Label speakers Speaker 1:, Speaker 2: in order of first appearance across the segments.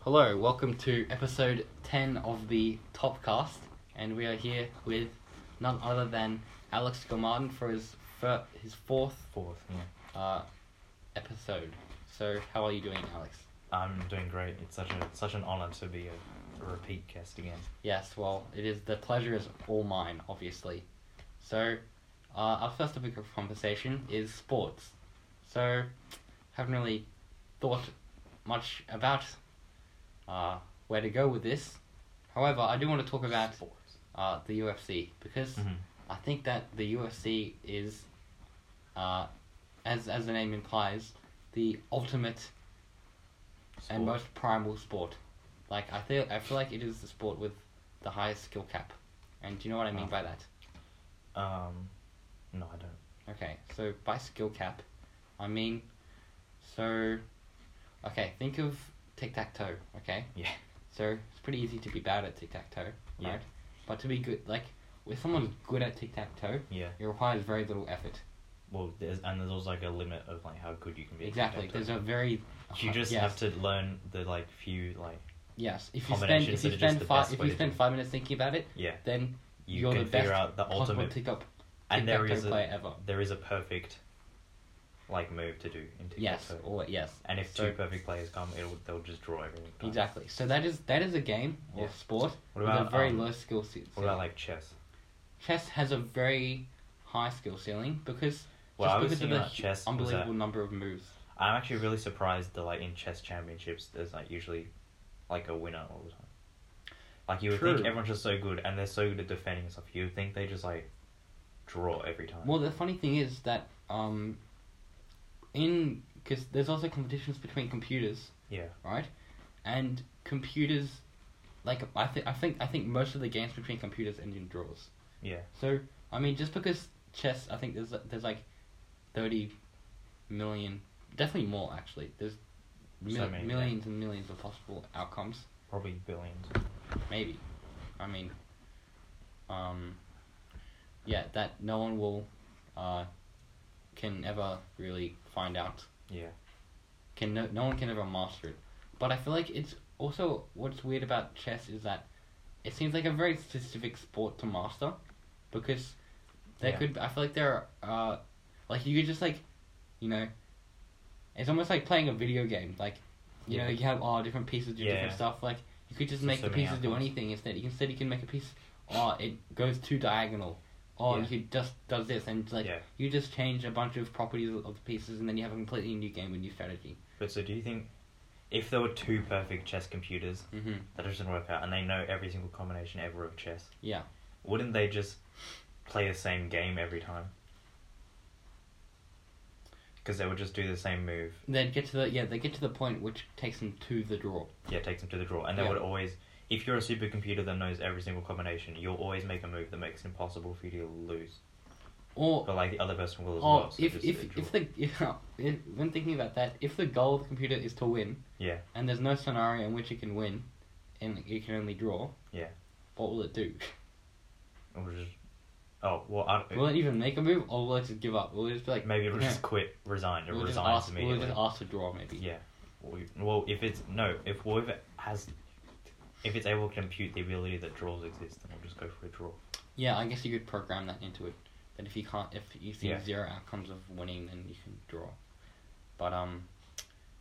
Speaker 1: Hello, welcome to episode 10 of the Topcast, and we are here with none other than Alex Gilmartin for his fir- his fourth
Speaker 2: Fourth, yeah.
Speaker 1: uh, episode. So, how are you doing, Alex?
Speaker 2: I'm doing great. It's such a such an honor to be a, a repeat guest again.
Speaker 1: Yes, well, it is the pleasure is all mine, obviously. So, uh, our first topic of conversation is sports. So, haven't really thought much about uh, where to go with this. However, I do want to talk about
Speaker 2: Sports.
Speaker 1: uh, the UFC because
Speaker 2: Mhm.
Speaker 1: I think that the UFC is, uh, as as the name implies, the ultimate and
Speaker 2: Sport.
Speaker 1: most primal sport. Like I feel, I feel like it is the sport with the highest skill cap. And do you know what I mean
Speaker 2: Oh.
Speaker 1: by that?
Speaker 2: Um, no, I don't.
Speaker 1: Okay, so by skill cap, I mean, so, okay, think of tic tac toe. Okay,
Speaker 2: Yeah.
Speaker 1: so it's pretty easy to be bad at tic tac toe, right?
Speaker 2: Yeah.
Speaker 1: But to be good, like, if someone's good at tic tac toe,
Speaker 2: Yeah.
Speaker 1: it requires very little effort.
Speaker 2: Well, there's and there's also like a limit of like how good you can be. at
Speaker 1: Exactly.
Speaker 2: tic-tac-toe.
Speaker 1: There's a very. uh,
Speaker 2: You just
Speaker 1: yes,
Speaker 2: have to learn the like few like
Speaker 1: Yes. If you spend if
Speaker 2: combinations
Speaker 1: you
Speaker 2: that are just
Speaker 1: spend
Speaker 2: the
Speaker 1: five
Speaker 2: best
Speaker 1: if
Speaker 2: way
Speaker 1: you
Speaker 2: to
Speaker 1: spend
Speaker 2: do it.
Speaker 1: five minutes thinking about it,
Speaker 2: yeah.
Speaker 1: then
Speaker 2: You
Speaker 1: you're
Speaker 2: can
Speaker 1: the
Speaker 2: figure
Speaker 1: best
Speaker 2: out the
Speaker 1: possible
Speaker 2: ultimate
Speaker 1: tic up
Speaker 2: and there
Speaker 1: tic-tac-toe
Speaker 2: is
Speaker 1: player
Speaker 2: a,
Speaker 1: ever.
Speaker 2: there is a perfect like move to do in tic
Speaker 1: Yes. Or yes.
Speaker 2: And if
Speaker 1: So-
Speaker 2: two perfect players come, it'll they'll just draw everything. down.
Speaker 1: Exactly. So that is that is a game or
Speaker 2: Yeah.
Speaker 1: sport
Speaker 2: What about
Speaker 1: with a very
Speaker 2: um,
Speaker 1: low skill ceiling.
Speaker 2: What about like chess?
Speaker 1: chess has a very high skill ceiling because
Speaker 2: Well,
Speaker 1: just
Speaker 2: I was
Speaker 1: because of
Speaker 2: thinking
Speaker 1: the
Speaker 2: about chess was
Speaker 1: unbelievable
Speaker 2: that-
Speaker 1: number of moves.
Speaker 2: I'm actually really surprised that like in chess championships there's like usually like a winner all the time. Like you would
Speaker 1: True.
Speaker 2: think everyone's just so good and they're so good at defending and stuff. You would think they just like draw every time.
Speaker 1: Well, the funny thing is that um, in because there's also competitions between computers.
Speaker 2: yeah.
Speaker 1: right? And computers, like I think I think I think most of the games between computers end in draws.
Speaker 2: Yeah.
Speaker 1: So I mean, just because chess, I think there's there's like thirty million, definitely more actually. There's mil-
Speaker 2: So many, yeah.
Speaker 1: millions and millions of possible outcomes.
Speaker 2: Probably billions.
Speaker 1: Maybe, I mean, um, yeah, that no one will, uh, can ever really find out
Speaker 2: Yeah.
Speaker 1: can no, no one can ever master it. But I feel like it's also what's weird about chess is that it seems like a very specific sport to master because there
Speaker 2: Yeah.
Speaker 1: could I feel like there are uh, like you could just like you know it's almost like playing a video game like you know
Speaker 2: Yeah.
Speaker 1: you have all different pieces do
Speaker 2: Yeah.
Speaker 1: different stuff like you could just
Speaker 2: So-
Speaker 1: make
Speaker 2: so
Speaker 1: the
Speaker 2: many
Speaker 1: pieces do
Speaker 2: outcomes.
Speaker 1: anything instead you instead you can make a piece oh it goes too diagonal oh
Speaker 2: Yeah.
Speaker 1: you just does this and like
Speaker 2: Yeah.
Speaker 1: you just change a bunch of properties of the pieces and then you have a completely new game with new strategy
Speaker 2: But so do you think if there were two perfect chess computers
Speaker 1: hmm
Speaker 2: that just didn't work out and they know every single combination ever of chess,
Speaker 1: Yeah.
Speaker 2: wouldn't they just play the same game every time? Because they would just do the same move.
Speaker 1: They get to the yeah, they get to the point which takes them to the draw.
Speaker 2: Yeah, it takes them to the draw. And they
Speaker 1: Yeah.
Speaker 2: would always, if you're a supercomputer that knows every single combination, you'll always make a move that makes it impossible for you to lose.
Speaker 1: Or
Speaker 2: But like the other person will as
Speaker 1: or
Speaker 2: well. so
Speaker 1: Oh, if
Speaker 2: just a
Speaker 1: if
Speaker 2: draw.
Speaker 1: if the if, if, when thinking about that, if the goal of the computer is to win,
Speaker 2: Yeah.
Speaker 1: and there's no scenario in which it can win, and it can only draw,
Speaker 2: Yeah.
Speaker 1: what will it do?
Speaker 2: It would just, oh well, I don't,
Speaker 1: Will it even make a move, or will it just give up? Will it just be like
Speaker 2: maybe it'll
Speaker 1: "Yeah,
Speaker 2: just quit, resign, it
Speaker 1: we'll just
Speaker 2: resigns
Speaker 1: ask, will it
Speaker 2: immediately.
Speaker 1: just ask to draw maybe?
Speaker 2: Yeah. Well, you- Well, if it's no, if well, if it has, if it's able to compute the ability that draws exist, then we'll just go for a draw.
Speaker 1: Yeah, I guess you could program that into it. That if you can't, if you see
Speaker 2: Yeah.
Speaker 1: zero outcomes of winning, then you can draw. But um,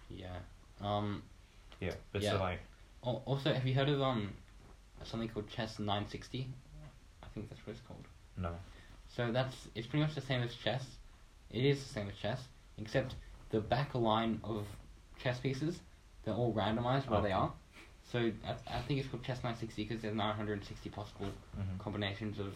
Speaker 1: yeah, um.
Speaker 2: Yeah. But
Speaker 1: Yeah.
Speaker 2: so like,
Speaker 1: Oh, also, have you heard of um something called chess nine sixty? I think that's what it's called.
Speaker 2: no.
Speaker 1: So that's it's pretty much the same as chess. It is the same as chess, except the back line of chess pieces they're all randomized where they
Speaker 2: Okay.
Speaker 1: are. So I, I think it's called chess nine sixty because there's nine hundred and sixty possible
Speaker 2: hmm
Speaker 1: combinations of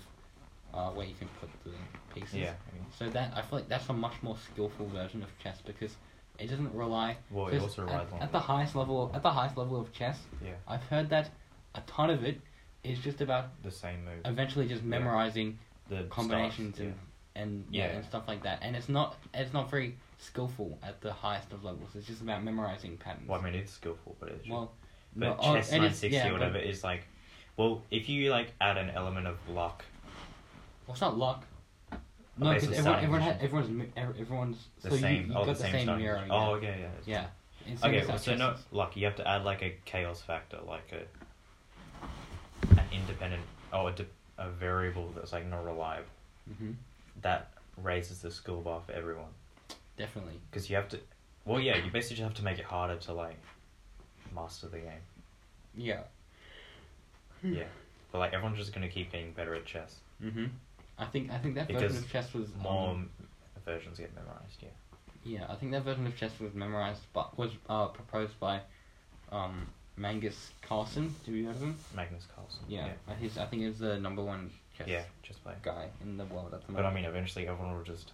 Speaker 1: uh, where you can put the pieces.
Speaker 2: Yeah. I mean,
Speaker 1: So that I feel like that's a much more skillful version of chess because it doesn't rely.
Speaker 2: Well, it
Speaker 1: because
Speaker 2: also
Speaker 1: at,
Speaker 2: relies on
Speaker 1: at the highest level at the highest level of chess.
Speaker 2: yeah
Speaker 1: I've heard that a ton of it is just about
Speaker 2: the same move.
Speaker 1: eventually just
Speaker 2: Yeah.
Speaker 1: memorizing
Speaker 2: the stars,
Speaker 1: combinations
Speaker 2: yeah.
Speaker 1: and and yeah,
Speaker 2: Yeah.
Speaker 1: and stuff like that. And it's not it's not very skillful at the highest of levels. It's just about memorizing patterns.
Speaker 2: Well, I mean, it's skillful, but it's.
Speaker 1: well,
Speaker 2: But
Speaker 1: oh,
Speaker 2: chess
Speaker 1: it is-
Speaker 2: 960
Speaker 1: yeah,
Speaker 2: or
Speaker 1: but-
Speaker 2: whatever is like, well, if you like add an element of luck,
Speaker 1: well, it's not luck. No,
Speaker 2: Okay,
Speaker 1: because
Speaker 2: so
Speaker 1: everyone,
Speaker 2: starting
Speaker 1: everyone, had,
Speaker 2: position.
Speaker 1: everyone's mi- ev- everyone's
Speaker 2: the
Speaker 1: so you,
Speaker 2: same,
Speaker 1: you
Speaker 2: oh,
Speaker 1: got
Speaker 2: the
Speaker 1: the
Speaker 2: same,
Speaker 1: same
Speaker 2: starting
Speaker 1: mirror.
Speaker 2: position.
Speaker 1: yeah.
Speaker 2: Oh, okay, yeah. it's-
Speaker 1: Yeah. In
Speaker 2: Okay,
Speaker 1: singles
Speaker 2: well,
Speaker 1: and
Speaker 2: so no,
Speaker 1: chesses.
Speaker 2: like you have to add like a chaos factor, like a an independent, oh, a, de- a variable that's like not reliable.
Speaker 1: Mhm,
Speaker 2: That raises the skill bar for everyone
Speaker 1: Definitely.
Speaker 2: because you have to. Well, yeah, you basically just have to make it harder to like master the game.
Speaker 1: Yeah.
Speaker 2: Yeah, but like everyone's just gonna keep getting better at chess.
Speaker 1: Mhm. I think I think that
Speaker 2: Because
Speaker 1: version of chess was
Speaker 2: More
Speaker 1: um,
Speaker 2: m- versions get memorized. Yeah.
Speaker 1: yeah. I think that version of chess was memorized, but was uh, proposed by um, Mangus Carlsen. Do you heard of him?
Speaker 2: Magnus Carlsen.
Speaker 1: Yeah. Uh, He's, I think he was the number one
Speaker 2: Yeah,
Speaker 1: chess
Speaker 2: yeah chess player.
Speaker 1: guy in the world at the moment.
Speaker 2: But I mean, eventually everyone will just.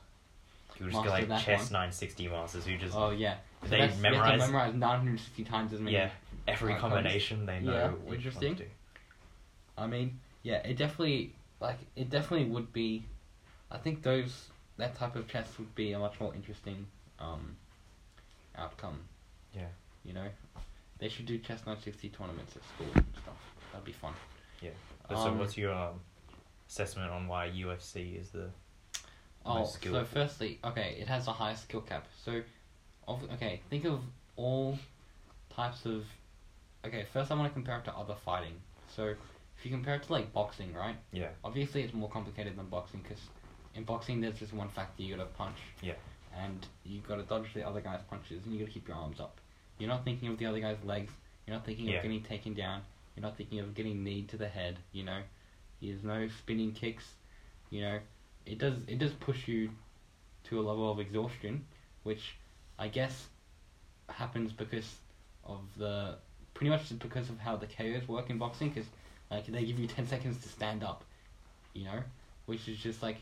Speaker 2: You'll just
Speaker 1: Master
Speaker 2: get like
Speaker 1: that
Speaker 2: chess
Speaker 1: one.
Speaker 2: 960 masters who just.
Speaker 1: oh yeah. So
Speaker 2: They
Speaker 1: that's- you have to
Speaker 2: memorize-
Speaker 1: memorize 960 times as many.
Speaker 2: Yeah, every
Speaker 1: Uh, combos.
Speaker 2: combination they know
Speaker 1: Yeah,
Speaker 2: which one to
Speaker 1: interesting.
Speaker 2: do.
Speaker 1: I mean, yeah, it definitely like it definitely would be. I think those that type of chess would be a much more interesting um, outcome.
Speaker 2: Yeah.
Speaker 1: You know, they should do chess nine sixty tournaments at school and stuff. That'd be fun.
Speaker 2: Yeah. But so,
Speaker 1: Um,
Speaker 2: what's your um, assessment on why UFC is the
Speaker 1: Oh,
Speaker 2: Most
Speaker 1: so
Speaker 2: skillful.
Speaker 1: firstly, okay, it has the highest skill cap. So, of okay, think of all types of. Okay, first I want to compare it to other fighting. So, if you compare it to like boxing, right?
Speaker 2: yeah
Speaker 1: Obviously, it's more complicated than boxing because in boxing there's just one factor you gotta punch.
Speaker 2: Yeah.
Speaker 1: And you gotta dodge the other guy's punches, and you gotta keep your arms up. You're not thinking of the other guy's legs. You're not thinking
Speaker 2: Yeah.
Speaker 1: of getting taken down. You're not thinking of getting kneed to the head. You know, there's no spinning kicks. You know, it does it does push you to a level of exhaustion, which I guess happens because of the pretty much just because of how the KOs work in boxing. Because like they give you ten seconds to stand up, you know, which is just like,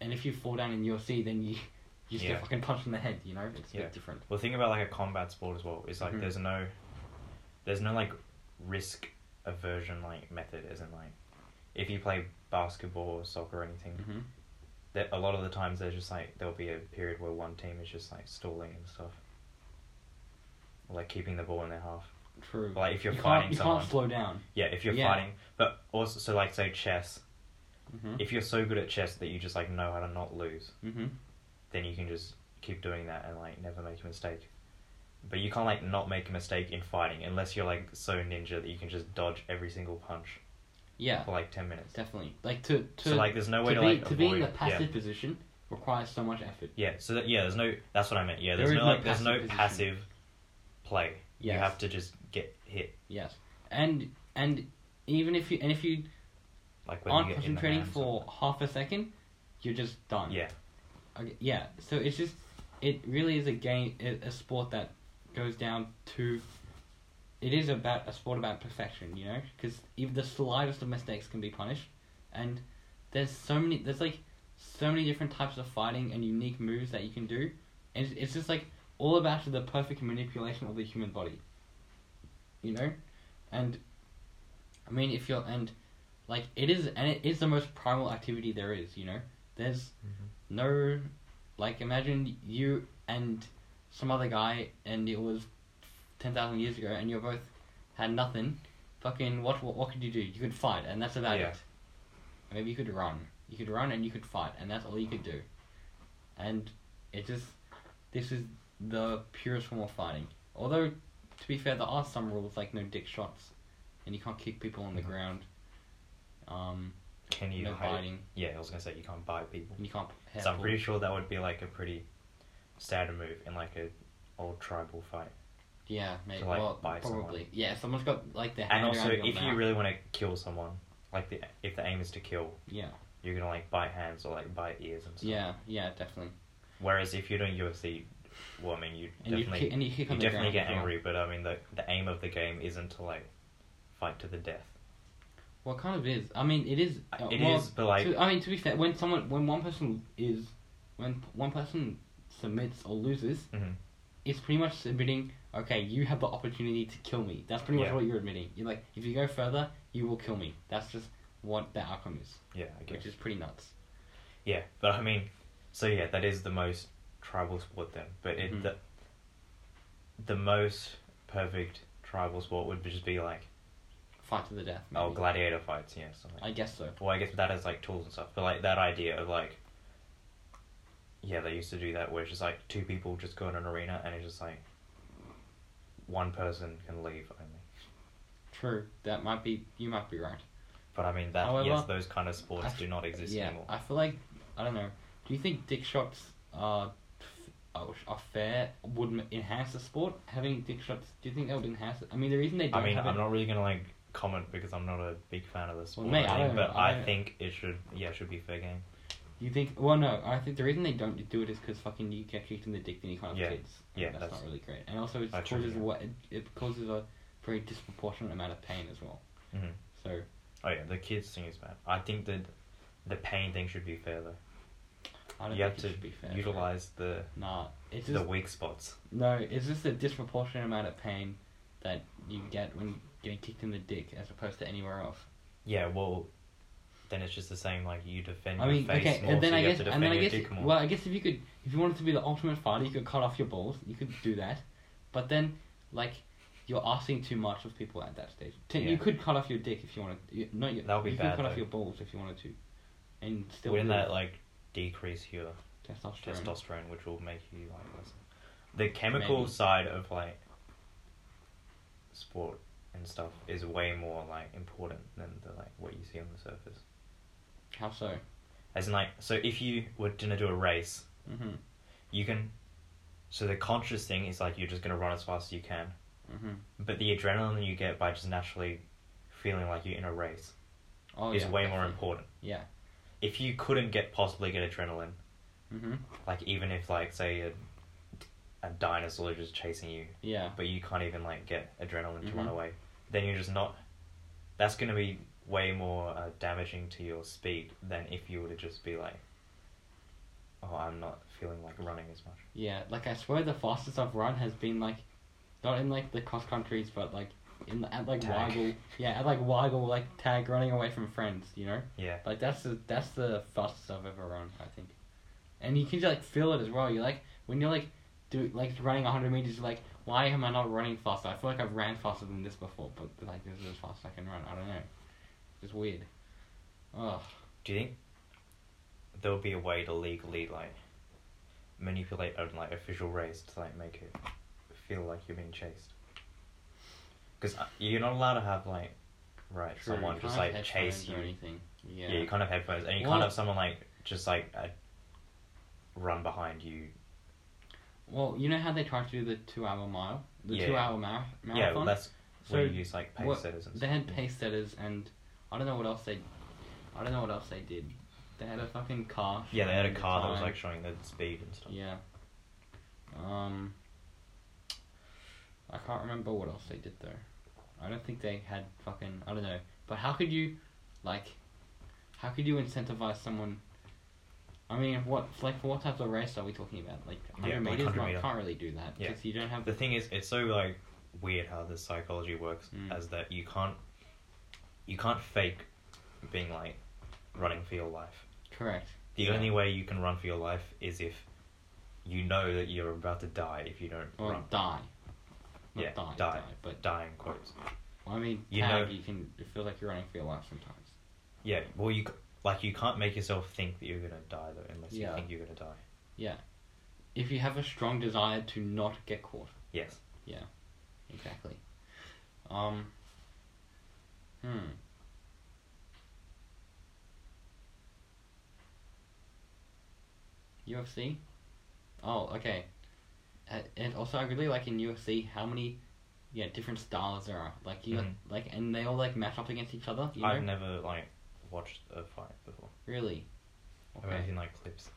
Speaker 1: and if you fall down in UFC, then you you just
Speaker 2: Yeah.
Speaker 1: get fucking punched in the head. You know, it's a
Speaker 2: Yeah.
Speaker 1: bit different.
Speaker 2: well think about like a combat sport as well it's like
Speaker 1: Mhm.
Speaker 2: there's no there's no like risk aversion like method as in like if you play basketball or soccer or anything
Speaker 1: hmm
Speaker 2: that a lot of the times there's just like there'll be a period where one team is just like stalling and stuff like keeping the ball in their half
Speaker 1: True.
Speaker 2: Like, if you're
Speaker 1: you
Speaker 2: fighting
Speaker 1: can't, you
Speaker 2: someone-
Speaker 1: can't slow down.
Speaker 2: yeah if you're
Speaker 1: Yeah.
Speaker 2: fighting but also so like say chess
Speaker 1: Mm-hmm.
Speaker 2: if you're so good at chess that you just like know how to not lose
Speaker 1: hmm
Speaker 2: then you can just keep doing that and like never make a mistake. But you can't like not make a mistake in fighting unless you're like so ninja that you can just dodge every single punch
Speaker 1: Yeah,
Speaker 2: for like ten minutes.
Speaker 1: definitely. Like to to
Speaker 2: so like there's no way to,
Speaker 1: be
Speaker 2: like
Speaker 1: to
Speaker 2: avoid
Speaker 1: be in the
Speaker 2: yeah.
Speaker 1: passive position requires so much effort.
Speaker 2: yeah. So that, yeah, there's no that's what I meant. Yeah,
Speaker 1: There
Speaker 2: there's
Speaker 1: is
Speaker 2: no
Speaker 1: no
Speaker 2: like there's
Speaker 1: passive
Speaker 2: no
Speaker 1: position.
Speaker 2: passive play. You
Speaker 1: Yes.
Speaker 2: have to just get hit
Speaker 1: Yes, and and even if you and if you
Speaker 2: like when you
Speaker 1: aren't
Speaker 2: get in the
Speaker 1: concentrating
Speaker 2: hands.
Speaker 1: for half a second, you're just done.
Speaker 2: yeah
Speaker 1: Okay, yeah. So it's just, it really is a game, a, a sport that goes down to. It is about a sport about perfection, you know, because even the slightest of mistakes can be punished, and there's so many. There's like so many different types of fighting and unique moves that you can do, and it's, it's just like all about the perfect manipulation of the human body. You know, and I mean, if you're and like it is, and it is the most primal activity there is. You know, there's no like imagine you and some other guy and it was 10,000 years ago and you both had nothing fucking what what, what could you do you could fight and that's about
Speaker 2: Yeah.
Speaker 1: it maybe you could run you could run and you could fight and that's all you could do and it just this is the purest form of fighting although to be fair there are some rules like no dick shots and you can't kick people on the
Speaker 2: Mhm.
Speaker 1: ground um
Speaker 2: can you
Speaker 1: no
Speaker 2: hide-
Speaker 1: biting
Speaker 2: yeah I was gonna say you can't bite people.
Speaker 1: and you can't hair
Speaker 2: So I'm
Speaker 1: pull.
Speaker 2: pretty sure that would be like a pretty standard move in like a old tribal fight.
Speaker 1: Yeah, maybe.
Speaker 2: like,
Speaker 1: well,
Speaker 2: buy
Speaker 1: probably.
Speaker 2: someone.
Speaker 1: Yeah, someone's got like their hand
Speaker 2: And also,
Speaker 1: around your
Speaker 2: if you
Speaker 1: mouth.
Speaker 2: really want to kill someone, like the if the aim is to kill,
Speaker 1: yeah,
Speaker 2: you're gonna like bite hands or like bite ears and stuff.
Speaker 1: yeah, yeah, definitely.
Speaker 2: Whereas if you're doing UFC, well, I mean, you
Speaker 1: And you
Speaker 2: definitely
Speaker 1: kick,
Speaker 2: you,
Speaker 1: and you kick on the ground
Speaker 2: definitely get
Speaker 1: as well.
Speaker 2: angry, but I mean, the the aim of the game isn't to like fight to the death.
Speaker 1: Well, it kind of is. I mean, it is.
Speaker 2: It
Speaker 1: uh,
Speaker 2: is,
Speaker 1: well,
Speaker 2: but like,
Speaker 1: to- I mean, to be fair, when someone, when one person is, when one person submits or loses,
Speaker 2: mhm,
Speaker 1: it's pretty much admitting, okay, you have the opportunity to kill me. That's pretty much
Speaker 2: Yeah.
Speaker 1: what you're admitting. You're like, if you go further, you will kill me. That's just what the outcome is,
Speaker 2: yeah, I guess,
Speaker 1: which is pretty nuts.
Speaker 2: yeah. But I mean, so yeah, that is the most tribal sport then. But it
Speaker 1: Mhm.
Speaker 2: the the most perfect tribal sport would just be like
Speaker 1: Fight to the death.
Speaker 2: oh
Speaker 1: maybe.
Speaker 2: gladiator fights, yeah, something.
Speaker 1: I guess so.
Speaker 2: Well, I guess that is like tools and stuff, but like that idea of like, yeah, they used to do that where it's just like two people just go in an arena and it's just like one person can leave only.
Speaker 1: True. That might be. You might be right.
Speaker 2: But I mean that
Speaker 1: However,
Speaker 2: yes, those kind of sports
Speaker 1: I f-
Speaker 2: do not exist
Speaker 1: yeah.
Speaker 2: anymore.
Speaker 1: I feel like I don't know. Do you think dick shots are f- are are fair? Would m- enhance the sport having dick shots? Do you think that would enhance it? I mean, the reason they don't.
Speaker 2: I mean,
Speaker 1: have
Speaker 2: I'm
Speaker 1: it,
Speaker 2: not really gonna like comment because I'm not a big fan of this sport,
Speaker 1: Well, mate,
Speaker 2: I
Speaker 1: I
Speaker 2: think,
Speaker 1: don't-
Speaker 2: but
Speaker 1: I
Speaker 2: I,
Speaker 1: don't-
Speaker 2: think it should yeah, it should be fair game.
Speaker 1: You think? Well, no. I think the reason they don't do it is because fucking you get kicked in the dick and you can't have
Speaker 2: Yeah.
Speaker 1: kids.
Speaker 2: Yeah,
Speaker 1: that's,
Speaker 2: that's-
Speaker 1: not really great. And also, it
Speaker 2: I agree,
Speaker 1: causes
Speaker 2: yeah.
Speaker 1: what it, it causes a very disproportionate amount of pain as well.
Speaker 2: hmm
Speaker 1: So
Speaker 2: Oh yeah, the kids thing is bad. I think that the pain thing should be fair though.
Speaker 1: I don't
Speaker 2: You
Speaker 1: think
Speaker 2: have
Speaker 1: it
Speaker 2: to
Speaker 1: should be fair. for it.
Speaker 2: utilize the
Speaker 1: Nah, it's
Speaker 2: the
Speaker 1: just
Speaker 2: weak spots.
Speaker 1: no. It's just a disproportionate amount of pain that you get when getting kicked in the dick as opposed to anywhere else.
Speaker 2: Yeah, well, then it's just the same. Like you defend
Speaker 1: I
Speaker 2: your
Speaker 1: mean,
Speaker 2: face
Speaker 1: okay,
Speaker 2: more,
Speaker 1: and then
Speaker 2: so
Speaker 1: I
Speaker 2: you
Speaker 1: guess,
Speaker 2: have to
Speaker 1: and
Speaker 2: defend
Speaker 1: then I
Speaker 2: your
Speaker 1: guess,
Speaker 2: dick more.
Speaker 1: well, I guess if you could, if you wanted to be the ultimate fighter, you could cut off your balls. You could do that, but then, like, you're asking too much of people at that stage. T-
Speaker 2: Yeah.
Speaker 1: You could cut off your dick if you wanted. You, not your,
Speaker 2: That would be
Speaker 1: you
Speaker 2: bad,
Speaker 1: could cut off
Speaker 2: though.
Speaker 1: your balls if you wanted to, and still
Speaker 2: Wouldn't
Speaker 1: do
Speaker 2: that like decrease your
Speaker 1: testosterone.
Speaker 2: testosterone, which will make you like less. The chemical
Speaker 1: Maybe.
Speaker 2: side of like sport and stuff is way more like important than the like what you see on the surface.
Speaker 1: How so?
Speaker 2: As in like, so if you were gonna do a race,
Speaker 1: Mhm.
Speaker 2: you can. So the conscious thing is like you're just gonna run as fast as you can,
Speaker 1: Mhm.
Speaker 2: but the adrenaline you get by just naturally feeling like you're in a race
Speaker 1: Oh
Speaker 2: is
Speaker 1: yeah.
Speaker 2: way more
Speaker 1: definitely.
Speaker 2: important.
Speaker 1: Yeah.
Speaker 2: If you couldn't get possibly get adrenaline,
Speaker 1: Mhm.
Speaker 2: like even if like say a, a dinosaur is just chasing you,
Speaker 1: Yeah.
Speaker 2: but you can't even like get adrenaline to run
Speaker 1: Mhm.
Speaker 2: away, then you're just not. That's gonna be way more uh, damaging to your speed than if you were to just be like, oh, I'm not feeling like running as much.
Speaker 1: Yeah, like I swear the fastest I've run has been like, not in like the cross countries, but like in the, at like
Speaker 2: Tag.
Speaker 1: Weigel, yeah, at like Weigel, like tag running away from friends, you know,
Speaker 2: Yeah,
Speaker 1: like that's the that's the fastest I've ever run, I think, and you can like feel it as well. You like when you're like do like running hundred meters, you're like why am I not running faster? I feel like I've ran faster than this before, but like this is as fast as I can run. I don't know, it's weird. Ugh.
Speaker 2: do you think there will be a way to legally like manipulate an like official race to like make it feel like you're being chased? Because you're not allowed to have like right
Speaker 1: True, you
Speaker 2: someone
Speaker 1: can't
Speaker 2: just
Speaker 1: have
Speaker 2: like chase
Speaker 1: headphones
Speaker 2: you.
Speaker 1: or anything. Yeah.
Speaker 2: Yeah, you can't have headphones, and you
Speaker 1: Well-
Speaker 2: can't have someone like just like uh, run behind you.
Speaker 1: Well, you know how they tried to do the two-hour mile, the
Speaker 2: Yeah.
Speaker 1: two-hour mar-
Speaker 2: Yeah,
Speaker 1: marathon.
Speaker 2: well, that's
Speaker 1: So,
Speaker 2: where you use like pace
Speaker 1: what-
Speaker 2: setters and
Speaker 1: They
Speaker 2: stuff.
Speaker 1: had pace setters, and I don't know what else they, I don't know what else they did. They had a fucking car.
Speaker 2: Yeah, they had a
Speaker 1: showing the
Speaker 2: car that was
Speaker 1: time.
Speaker 2: like showing the speed and stuff.
Speaker 1: Yeah. Um. I can't remember what else they did though. I don't think they had fucking I don't know. But how could you, like, how could you incentivize someone? I mean, what like for what type of race are we talking about? Like
Speaker 2: Yeah,
Speaker 1: hundred
Speaker 2: like
Speaker 1: meters?
Speaker 2: 100
Speaker 1: No,
Speaker 2: meter.
Speaker 1: you can't really do that
Speaker 2: Yeah.
Speaker 1: because you don't have
Speaker 2: The thing is, it's so like weird how the psychology works,
Speaker 1: Mm.
Speaker 2: as that you can't, you can't fake being like running for your life.
Speaker 1: correct.
Speaker 2: The
Speaker 1: Yeah.
Speaker 2: only way you can run for your life is if you know that you're about to die if you don't
Speaker 1: Or
Speaker 2: run.
Speaker 1: die. Not
Speaker 2: Yeah,
Speaker 1: die,
Speaker 2: die.
Speaker 1: die. But
Speaker 2: Dying quotes.
Speaker 1: I mean,
Speaker 2: You
Speaker 1: tag,
Speaker 2: know-
Speaker 1: you can it feels like you're running for your life sometimes.
Speaker 2: Yeah, well, you c- like you can't make yourself think that you're gonna die though, unless
Speaker 1: Yeah.
Speaker 2: you think you're gonna die.
Speaker 1: If you have a strong desire to not get caught,
Speaker 2: Yes.
Speaker 1: exactly. Um. Hmm. UFC. Oh, okay. Uh, And also, I really like in UFC how many, yeah, different styles there are. Like you, got-
Speaker 2: Mhm.
Speaker 1: like, and they all like match up against each other. You know,
Speaker 2: I've never like watched a fight before.
Speaker 1: really.
Speaker 2: I've only seen like clips.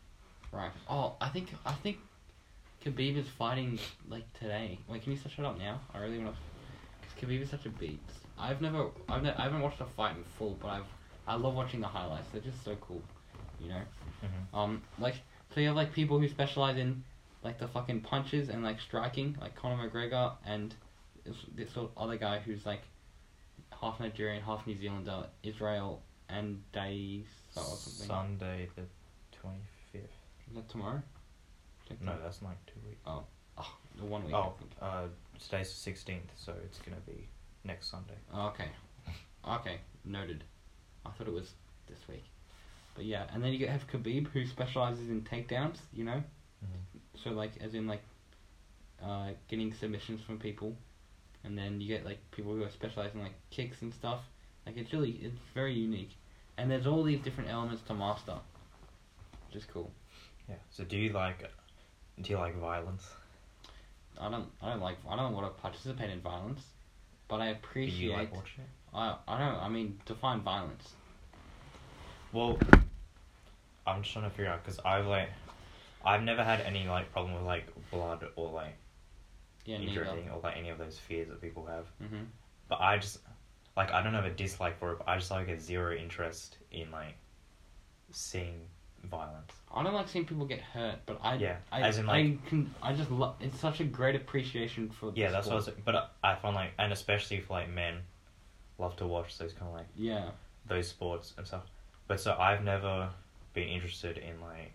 Speaker 1: Right. Oh, I think I think Khabib is fighting like today. Wait, can you shut up now? I really want to. Because Khabib is such a beast. I've never, I've ne- I haven't watched a fight in full, but I've, I love watching the highlights. They're just so cool, you know.
Speaker 2: Mm-hmm.
Speaker 1: Um, like so you have like people who specialize in like the fucking punches and like striking, like Conor McGregor and this, this sort of other guy who's like half Nigerian, half New Zealander, Israel and Day or Oh, something.
Speaker 2: Sunday the twenty fifth.
Speaker 1: Is that tomorrow? Check
Speaker 2: No,
Speaker 1: that.
Speaker 2: that's in, like two weeks.
Speaker 1: Oh, the one week.
Speaker 2: Oh,
Speaker 1: I think.
Speaker 2: uh, today's the sixteenth, so it's gonna be next Sunday.
Speaker 1: Oh, okay. Okay, noted. I thought it was this week. But yeah, and then you have Khabib, who specializes in takedowns, Mm-hmm. you know? So, like, as in, like, uh, getting submissions from people. and then you get like people who are specialized in like kicks and stuff. Like it's really it's very unique, and there's all these different elements to master, which is cool.
Speaker 2: Yeah. So do you like do you like violence?
Speaker 1: I don't I don't like I don't want to participate in violence, but I
Speaker 2: Do you
Speaker 1: appreciate.
Speaker 2: like watching it?
Speaker 1: I I don't I mean define violence.
Speaker 2: Well, I'm just trying to figure out because I've like I've never had any like problem with like blood or like
Speaker 1: Yeah,
Speaker 2: injury
Speaker 1: neither.
Speaker 2: or like any of those fears that people have.
Speaker 1: Mhm.
Speaker 2: But I just like I don't have a dislike for it. But I just like a zero interest in like seeing violence.
Speaker 1: I don't like seeing people get hurt, but I
Speaker 2: Yeah,
Speaker 1: I,
Speaker 2: as in,
Speaker 1: I can I just love it's such a great appreciation for the
Speaker 2: Yeah, that's what I
Speaker 1: sport.
Speaker 2: was. But I- I find like, and especially for like men, love to watch those kind of like
Speaker 1: yeah
Speaker 2: those sports and stuff. But so I've never been interested in like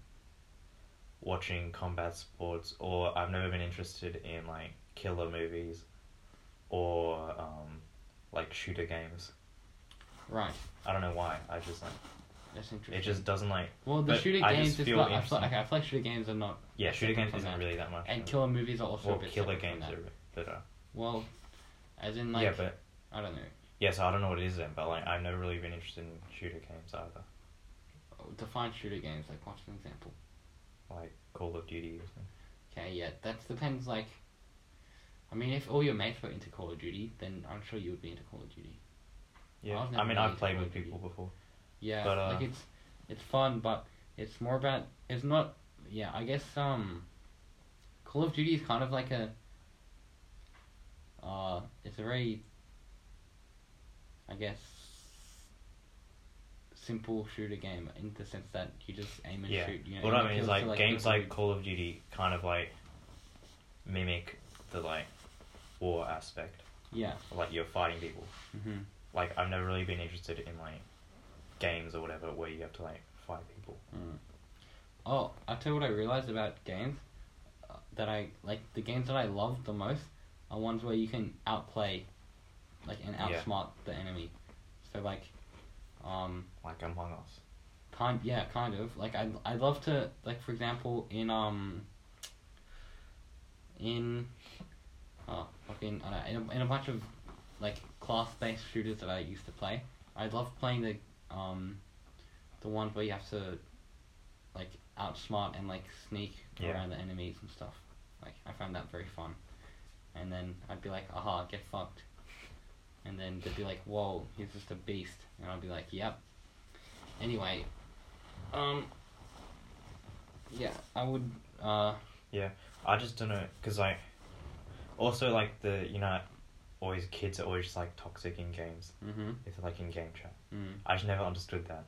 Speaker 2: watching combat sports, or I've never been interested in like killer movies, or um, like shooter games.
Speaker 1: right
Speaker 2: I don't know why. I just like
Speaker 1: that's interesting
Speaker 2: it just doesn't like
Speaker 1: well the
Speaker 2: but
Speaker 1: shooter
Speaker 2: I
Speaker 1: games
Speaker 2: just
Speaker 1: is
Speaker 2: feel
Speaker 1: not I feel,
Speaker 2: interesting.
Speaker 1: like, I feel like shooter games are not
Speaker 2: yeah shooter
Speaker 1: separate
Speaker 2: games
Speaker 1: from
Speaker 2: isn't
Speaker 1: that.
Speaker 2: really that much.
Speaker 1: and killer movies are also
Speaker 2: well
Speaker 1: a bit
Speaker 2: killer
Speaker 1: separate from
Speaker 2: games
Speaker 1: that.
Speaker 2: are a bit better.
Speaker 1: well as in like
Speaker 2: yeah, but
Speaker 1: I don't know
Speaker 2: yeah, so I don't know what it is then, but like I've never really been interested in shooter games either.
Speaker 1: define shooter games like what's an example
Speaker 2: like Call of Duty or something.
Speaker 1: okay yeah that depends like I mean if all your mates were into Call of Duty then I'm sure you would be into Call of Duty
Speaker 2: Yeah,
Speaker 1: I've
Speaker 2: I,
Speaker 1: never
Speaker 2: mean,
Speaker 1: really
Speaker 2: I've played
Speaker 1: played
Speaker 2: with
Speaker 1: with
Speaker 2: people before.
Speaker 1: Yeah,
Speaker 2: But, uh,
Speaker 1: like it's it's fun, but it's more about it's not. Yeah, I guess um, Call of Duty is kind of like a. Uh, it's a very. I guess. Simple shooter game in the sense that you just aim and
Speaker 2: Yeah.
Speaker 1: shoot. You know,
Speaker 2: what
Speaker 1: and
Speaker 2: I
Speaker 1: it
Speaker 2: mean
Speaker 1: appeals
Speaker 2: is like,
Speaker 1: to,
Speaker 2: games
Speaker 1: people
Speaker 2: like
Speaker 1: who-
Speaker 2: Call of Duty kind of like mimic the like war aspect,
Speaker 1: yeah.
Speaker 2: like you're fighting people.
Speaker 1: hmm
Speaker 2: Like I've never really been interested in like games or whatever where you have to like fight people.
Speaker 1: Mm. Oh, I tell you what I realized about games uh, that I like the games that I love the most are ones where you can outplay, like and
Speaker 2: Yeah.
Speaker 1: outsmart the enemy. So like, um,
Speaker 2: Like Among Us.
Speaker 1: kind yeah, kind of like I I love to like for example in um. In, oh fucking I don't know, in a, in a bunch of, like class based shooters that I used to play, I love playing the um, the ones where you have to, like outsmart and like sneak
Speaker 2: Yeah.
Speaker 1: around the enemies and stuff. Like I found that very fun, and then I'd be like, aha, get fucked, and then they'd be like, whoa, he's just a beast, and I'd be like, yep. Anyway, um, yeah, I would uh,
Speaker 2: I just don't know because like also like the you know always kids are always just like toxic in games
Speaker 1: mm-hmm,
Speaker 2: if like in game chat.
Speaker 1: mm,
Speaker 2: I just never understood that.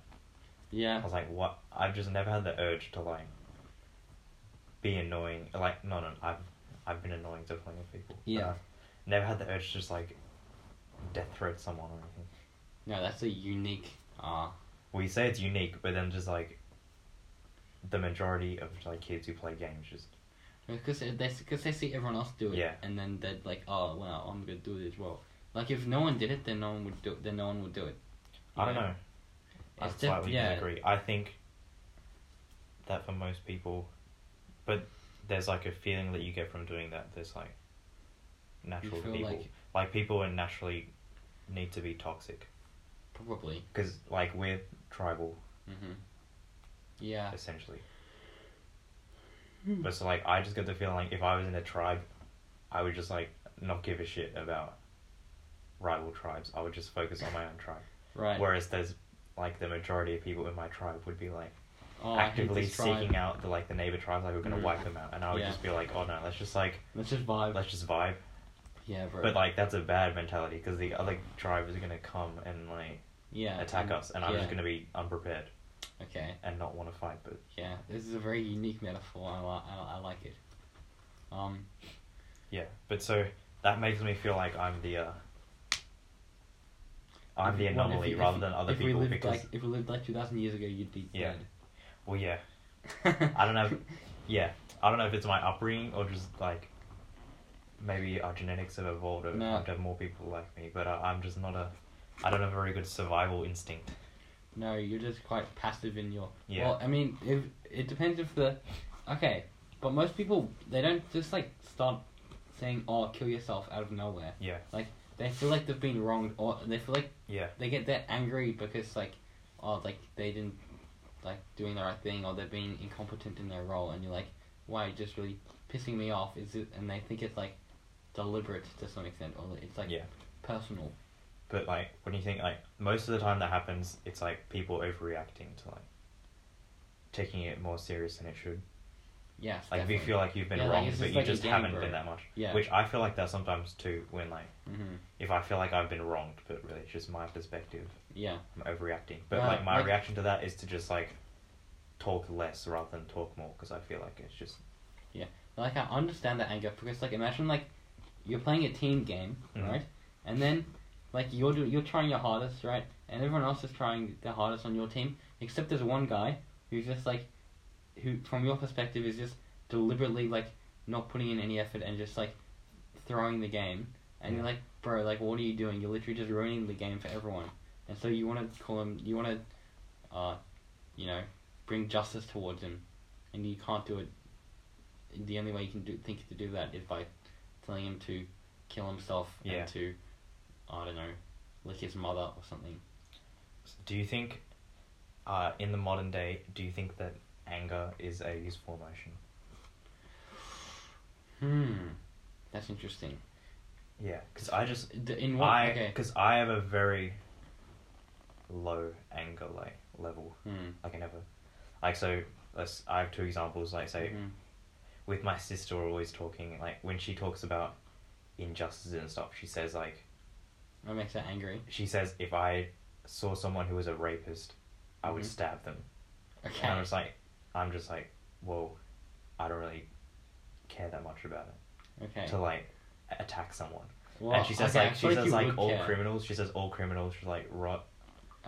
Speaker 1: yeah.
Speaker 2: I was like, what? I've just never had the urge to like be annoying. Like, no, no, I've I've been annoying to plenty of people. but
Speaker 1: Yeah.
Speaker 2: I've never had the urge to just like death threat someone or anything.
Speaker 1: No, that's a unique. Uh,
Speaker 2: Well, you say it's unique, but then just like the majority of like kids who play games just
Speaker 1: because they because they see everyone else do it,
Speaker 2: Yeah.
Speaker 1: and then they're like, oh well, I'm gonna do it as well. Like if no one did it, then no one would do. It, then no one would do it.
Speaker 2: I don't
Speaker 1: Yeah.
Speaker 2: know. I
Speaker 1: It's def-
Speaker 2: slightly
Speaker 1: yeah.
Speaker 2: disagree. I think that for most people, but there's like a feeling that you get from doing that. There's like natural
Speaker 1: feel
Speaker 2: people,
Speaker 1: like-
Speaker 2: like people are naturally need to be toxic.
Speaker 1: Probably.
Speaker 2: because like we're tribal
Speaker 1: hmm Yeah.
Speaker 2: essentially
Speaker 1: Hmm.
Speaker 2: but so like i just get the feeling like if i was in a tribe i would just like not give a shit about rival tribes i would just focus on my own tribe
Speaker 1: Right.
Speaker 2: whereas there's like the majority of people in my tribe would be like
Speaker 1: oh, I hate
Speaker 2: actively
Speaker 1: this tribe.
Speaker 2: seeking out the like the neighbor tribes like we're gonna
Speaker 1: Mm.
Speaker 2: wipe them out and i would
Speaker 1: Yeah.
Speaker 2: just be like oh no let's just like
Speaker 1: Let's just vibe.
Speaker 2: let's just vibe
Speaker 1: yeah, bro.
Speaker 2: but like that's a bad mentality because the other tribe is gonna come and like
Speaker 1: yeah. Mm.
Speaker 2: attack us and i'm
Speaker 1: yeah.
Speaker 2: just gonna be unprepared
Speaker 1: Okay.
Speaker 2: and not want to fight but
Speaker 1: Yeah. This is a very unique metaphor. I, li- I, I like it. Um.
Speaker 2: Yeah, but so that makes me feel like I'm the uh, I'm
Speaker 1: if-
Speaker 2: the
Speaker 1: well, if
Speaker 2: anomaly
Speaker 1: we- if
Speaker 2: rather
Speaker 1: we-
Speaker 2: than other
Speaker 1: if
Speaker 2: people
Speaker 1: we lived
Speaker 2: because
Speaker 1: like if we lived like two thousand years ago, you'd be
Speaker 2: Yeah.
Speaker 1: dead.
Speaker 2: well yeah I don't know yeah I don't know if it's my upbringing or just like maybe our genetics have evolved over
Speaker 1: No.
Speaker 2: time to have more people like me but uh, I'm just not a I don't have a very good survival instinct
Speaker 1: No, you're just quite passive in your.
Speaker 2: Yeah.
Speaker 1: Well, I mean, if it depends if the. Okay, but most people they don't just like start saying, "Oh, kill yourself" out of nowhere.
Speaker 2: Yeah.
Speaker 1: They feel like they've been wronged, or they feel like
Speaker 2: Yeah.
Speaker 1: they get that angry because like, oh, like they didn't like doing the right thing, or they're being incompetent in their role, and you're like, why are you just really pissing me off? Is it? And they think it's like deliberate to some extent, or it's like
Speaker 2: Yeah.
Speaker 1: personal.
Speaker 2: But like when you think like most of the time that happens, it's like people overreacting to like taking it more serious than it should.
Speaker 1: Yes.
Speaker 2: Like if you
Speaker 1: definitely.
Speaker 2: feel like you've been
Speaker 1: Yeah, like,
Speaker 2: wrong,
Speaker 1: it's
Speaker 2: but
Speaker 1: just
Speaker 2: you
Speaker 1: like a
Speaker 2: just
Speaker 1: game,
Speaker 2: haven't
Speaker 1: bro.
Speaker 2: been that much.
Speaker 1: Yeah.
Speaker 2: Which I feel like that sometimes too when like
Speaker 1: hmm
Speaker 2: if I feel like I've been wronged, but really it's just my perspective.
Speaker 1: Yeah.
Speaker 2: I'm overreacting. But
Speaker 1: Yeah,
Speaker 2: like my
Speaker 1: like-
Speaker 2: reaction to that is to just like talk less rather than talk more because I feel like it's just
Speaker 1: Like I understand that anger because like imagine like you're playing a team game,
Speaker 2: Mhm.
Speaker 1: right? And then like you're do- you're trying your hardest, right? And everyone else is trying their hardest on your team, except there's one guy who's just like who from your perspective is just deliberately like not putting in any effort and just like throwing the game. And you're
Speaker 2: Yeah.
Speaker 1: like, bro, like what are you doing? You're literally just ruining the game for everyone. And so you want to call him, you want to, uh, you know, bring justice towards him, and you can't do it. The only way you can do think to do that is by telling him to kill himself
Speaker 2: Yeah.
Speaker 1: and to, I don't know, lick his mother or something.
Speaker 2: Do you think, uh, in the modern day, do you think that anger is a useful emotion?
Speaker 1: Hmm, that's interesting.
Speaker 2: Yeah, because I just
Speaker 1: D- In what?
Speaker 2: I
Speaker 1: okay.
Speaker 2: because I am a very low anger like level.
Speaker 1: Hmm.
Speaker 2: Like I never, like so. Let's, I have two examples. Like say
Speaker 1: mhm,
Speaker 2: with my sister, we're always talking. Like when she talks about injustices and stuff, she says like
Speaker 1: That makes her angry.
Speaker 2: she says if I saw someone who was a rapist, I would
Speaker 1: Mhm.
Speaker 2: stab them.
Speaker 1: Okay.
Speaker 2: And I'm just like, I'm just like, well, I don't really care that much about it
Speaker 1: okay.
Speaker 2: to like a- attack someone.
Speaker 1: Well,
Speaker 2: and she says
Speaker 1: okay, I
Speaker 2: like she
Speaker 1: feel
Speaker 2: says
Speaker 1: you
Speaker 2: like
Speaker 1: would
Speaker 2: all
Speaker 1: care.
Speaker 2: criminals. She says all criminals should like rot.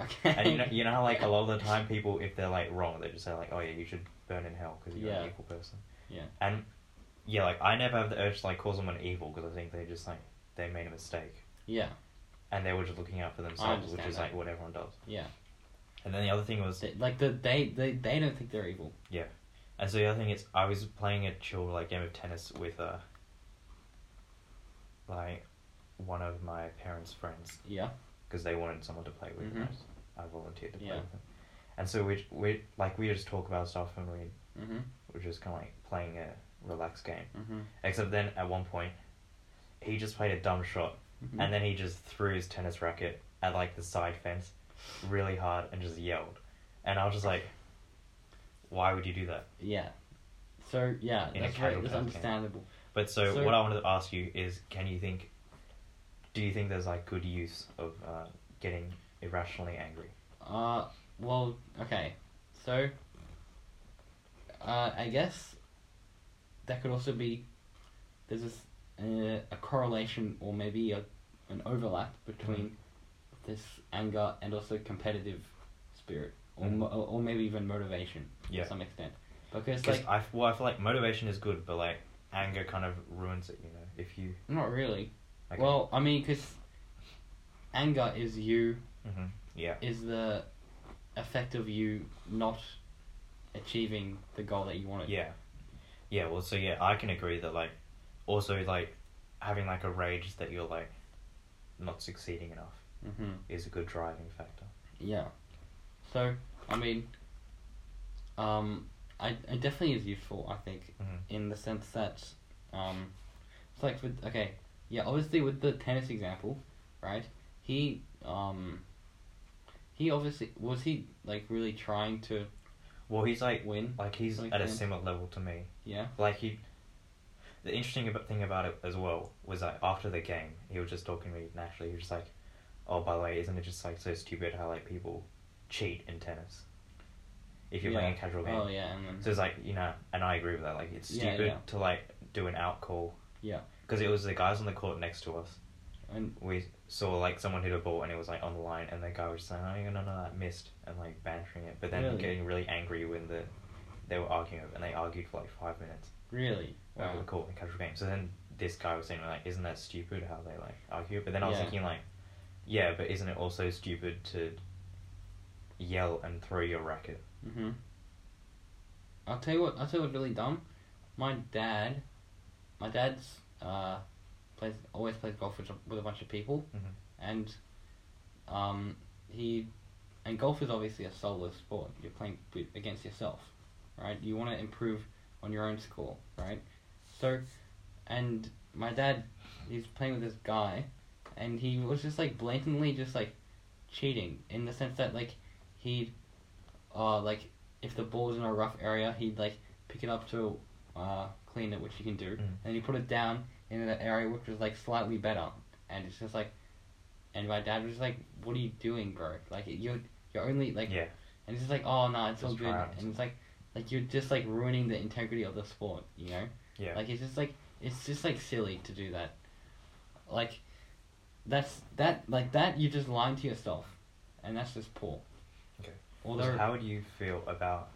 Speaker 1: Okay.
Speaker 2: And you know you know how like a lot of the time people if they're like wrong they just say like oh yeah you should burn in hell because you're
Speaker 1: Yeah.
Speaker 2: an evil person.
Speaker 1: Yeah.
Speaker 2: And yeah, like I never have the urge to like call someone evil because I think they just like they made a mistake
Speaker 1: Yeah.
Speaker 2: and they were just looking out for themselves, which
Speaker 1: understand
Speaker 2: is
Speaker 1: that.
Speaker 2: like what everyone does.
Speaker 1: Yeah.
Speaker 2: And then the other thing was
Speaker 1: They- like the they they they don't think they're evil.
Speaker 2: And so the other thing is, I was playing a chill like game of tennis with uh, like one of my parents' friends
Speaker 1: Yeah.
Speaker 2: because they wanted someone to play with. and I
Speaker 1: Mhm.
Speaker 2: s- I volunteered to play
Speaker 1: Yeah.
Speaker 2: with them, and so we we like we just talk about stuff and we
Speaker 1: Mhm.
Speaker 2: were just kind of like playing a relaxed game.
Speaker 1: Mhm.
Speaker 2: Except then at one point, he just played a dumb shot
Speaker 1: mhm.
Speaker 2: and then he just threw his tennis racket at like the side fence really hard and just yelled, and I was just like, why would you do that?
Speaker 1: yeah. So yeah,
Speaker 2: In a
Speaker 1: that's very
Speaker 2: casual
Speaker 1: that's
Speaker 2: kind of
Speaker 1: understandable.
Speaker 2: But so,
Speaker 1: So-
Speaker 2: what I wanted to ask you is, can you think? Do you think there's like good use of uh, getting irrationally angry?
Speaker 1: Uh, well, okay. So, uh, I guess that could also be there's this, uh, a correlation or maybe a, an overlap between this anger and also competitive spirit, or
Speaker 2: Mhm.
Speaker 1: mo- or or maybe even motivation
Speaker 2: Yeah.
Speaker 1: to some extent, because
Speaker 2: Because
Speaker 1: like
Speaker 2: I f- well, I feel like motivation is good, but like anger kind of ruins it. You know, if you
Speaker 1: not really.
Speaker 2: like,
Speaker 1: Well, I mean, because anger is you
Speaker 2: Mhm. yeah,
Speaker 1: is the effect of you not achieving the goal that you wanted.
Speaker 2: yeah, yeah. Well, so yeah, I can agree that like also like having like a rage that you're like not succeeding enough
Speaker 1: hmm
Speaker 2: is a good driving factor.
Speaker 1: Yeah. So I mean, um, I it definitely is useful. I think
Speaker 2: Mhm.
Speaker 1: in the sense that, um, it's like with okay, yeah, obviously with the tennis example, right? He um. He obviously was he like really trying to
Speaker 2: Well, he's like
Speaker 1: win.
Speaker 2: like he's
Speaker 1: Like
Speaker 2: at a
Speaker 1: him.
Speaker 2: similar level to me.
Speaker 1: Yeah.
Speaker 2: Like he, the interesting ab- thing about it as well was that after the game, he was just talking to me naturally. He was just like, "Oh, by the way, isn't it just like so stupid how like people cheat in tennis if you're
Speaker 1: yeah.
Speaker 2: playing a casual game?"
Speaker 1: Oh yeah, and then
Speaker 2: So it's like you know, and I agree with that. Like it's
Speaker 1: Yeah,
Speaker 2: stupid
Speaker 1: yeah.
Speaker 2: to like do an out call
Speaker 1: yeah,
Speaker 2: because it was the guys on the court next to us.
Speaker 1: and
Speaker 2: We saw like someone hit a ball and it was like on the line, and the guy was just saying, "Oh, no, no, no, that missed," and like bantering it, but then
Speaker 1: Really?
Speaker 2: getting really angry when the they were arguing, over it, and they argued for like five minutes
Speaker 1: really,
Speaker 2: over the
Speaker 1: wow.
Speaker 2: court in casual games. So then this guy was saying like, isn't that stupid how they like argue? But then I was
Speaker 1: Yeah.
Speaker 2: thinking like, yeah, but isn't it also stupid to yell and throw your racket?
Speaker 1: Mhm. I'll tell you what. I'll tell you what's really dumb. My dad, my dad's uh, plays always plays golf with a, with a bunch of people,
Speaker 2: Mhm.
Speaker 1: and um, he and golf is obviously a solo sport. You're playing with- against yourself, right? You want to improve on your own score, right? So, and my dad, he's playing with this guy, and he was just like blatantly just like cheating in the sense that like he'd uh like if the ball's in a rough area he'd like pick it up to uh clean it which you can do
Speaker 2: Mm.
Speaker 1: and he put it down in an area which was like slightly better and it's just like and my dad was like what are you doing bro like you're you're only like
Speaker 2: yeah.
Speaker 1: and it's just like oh no it's all
Speaker 2: Just
Speaker 1: good
Speaker 2: try out.
Speaker 1: and it's like like you're just like ruining the integrity of the sport you know
Speaker 2: Yeah.
Speaker 1: like it's just like it's just like silly to do that. Like that's that like that you just lying to yourself and that's just poor.
Speaker 2: Okay.
Speaker 1: Although
Speaker 2: how do you feel about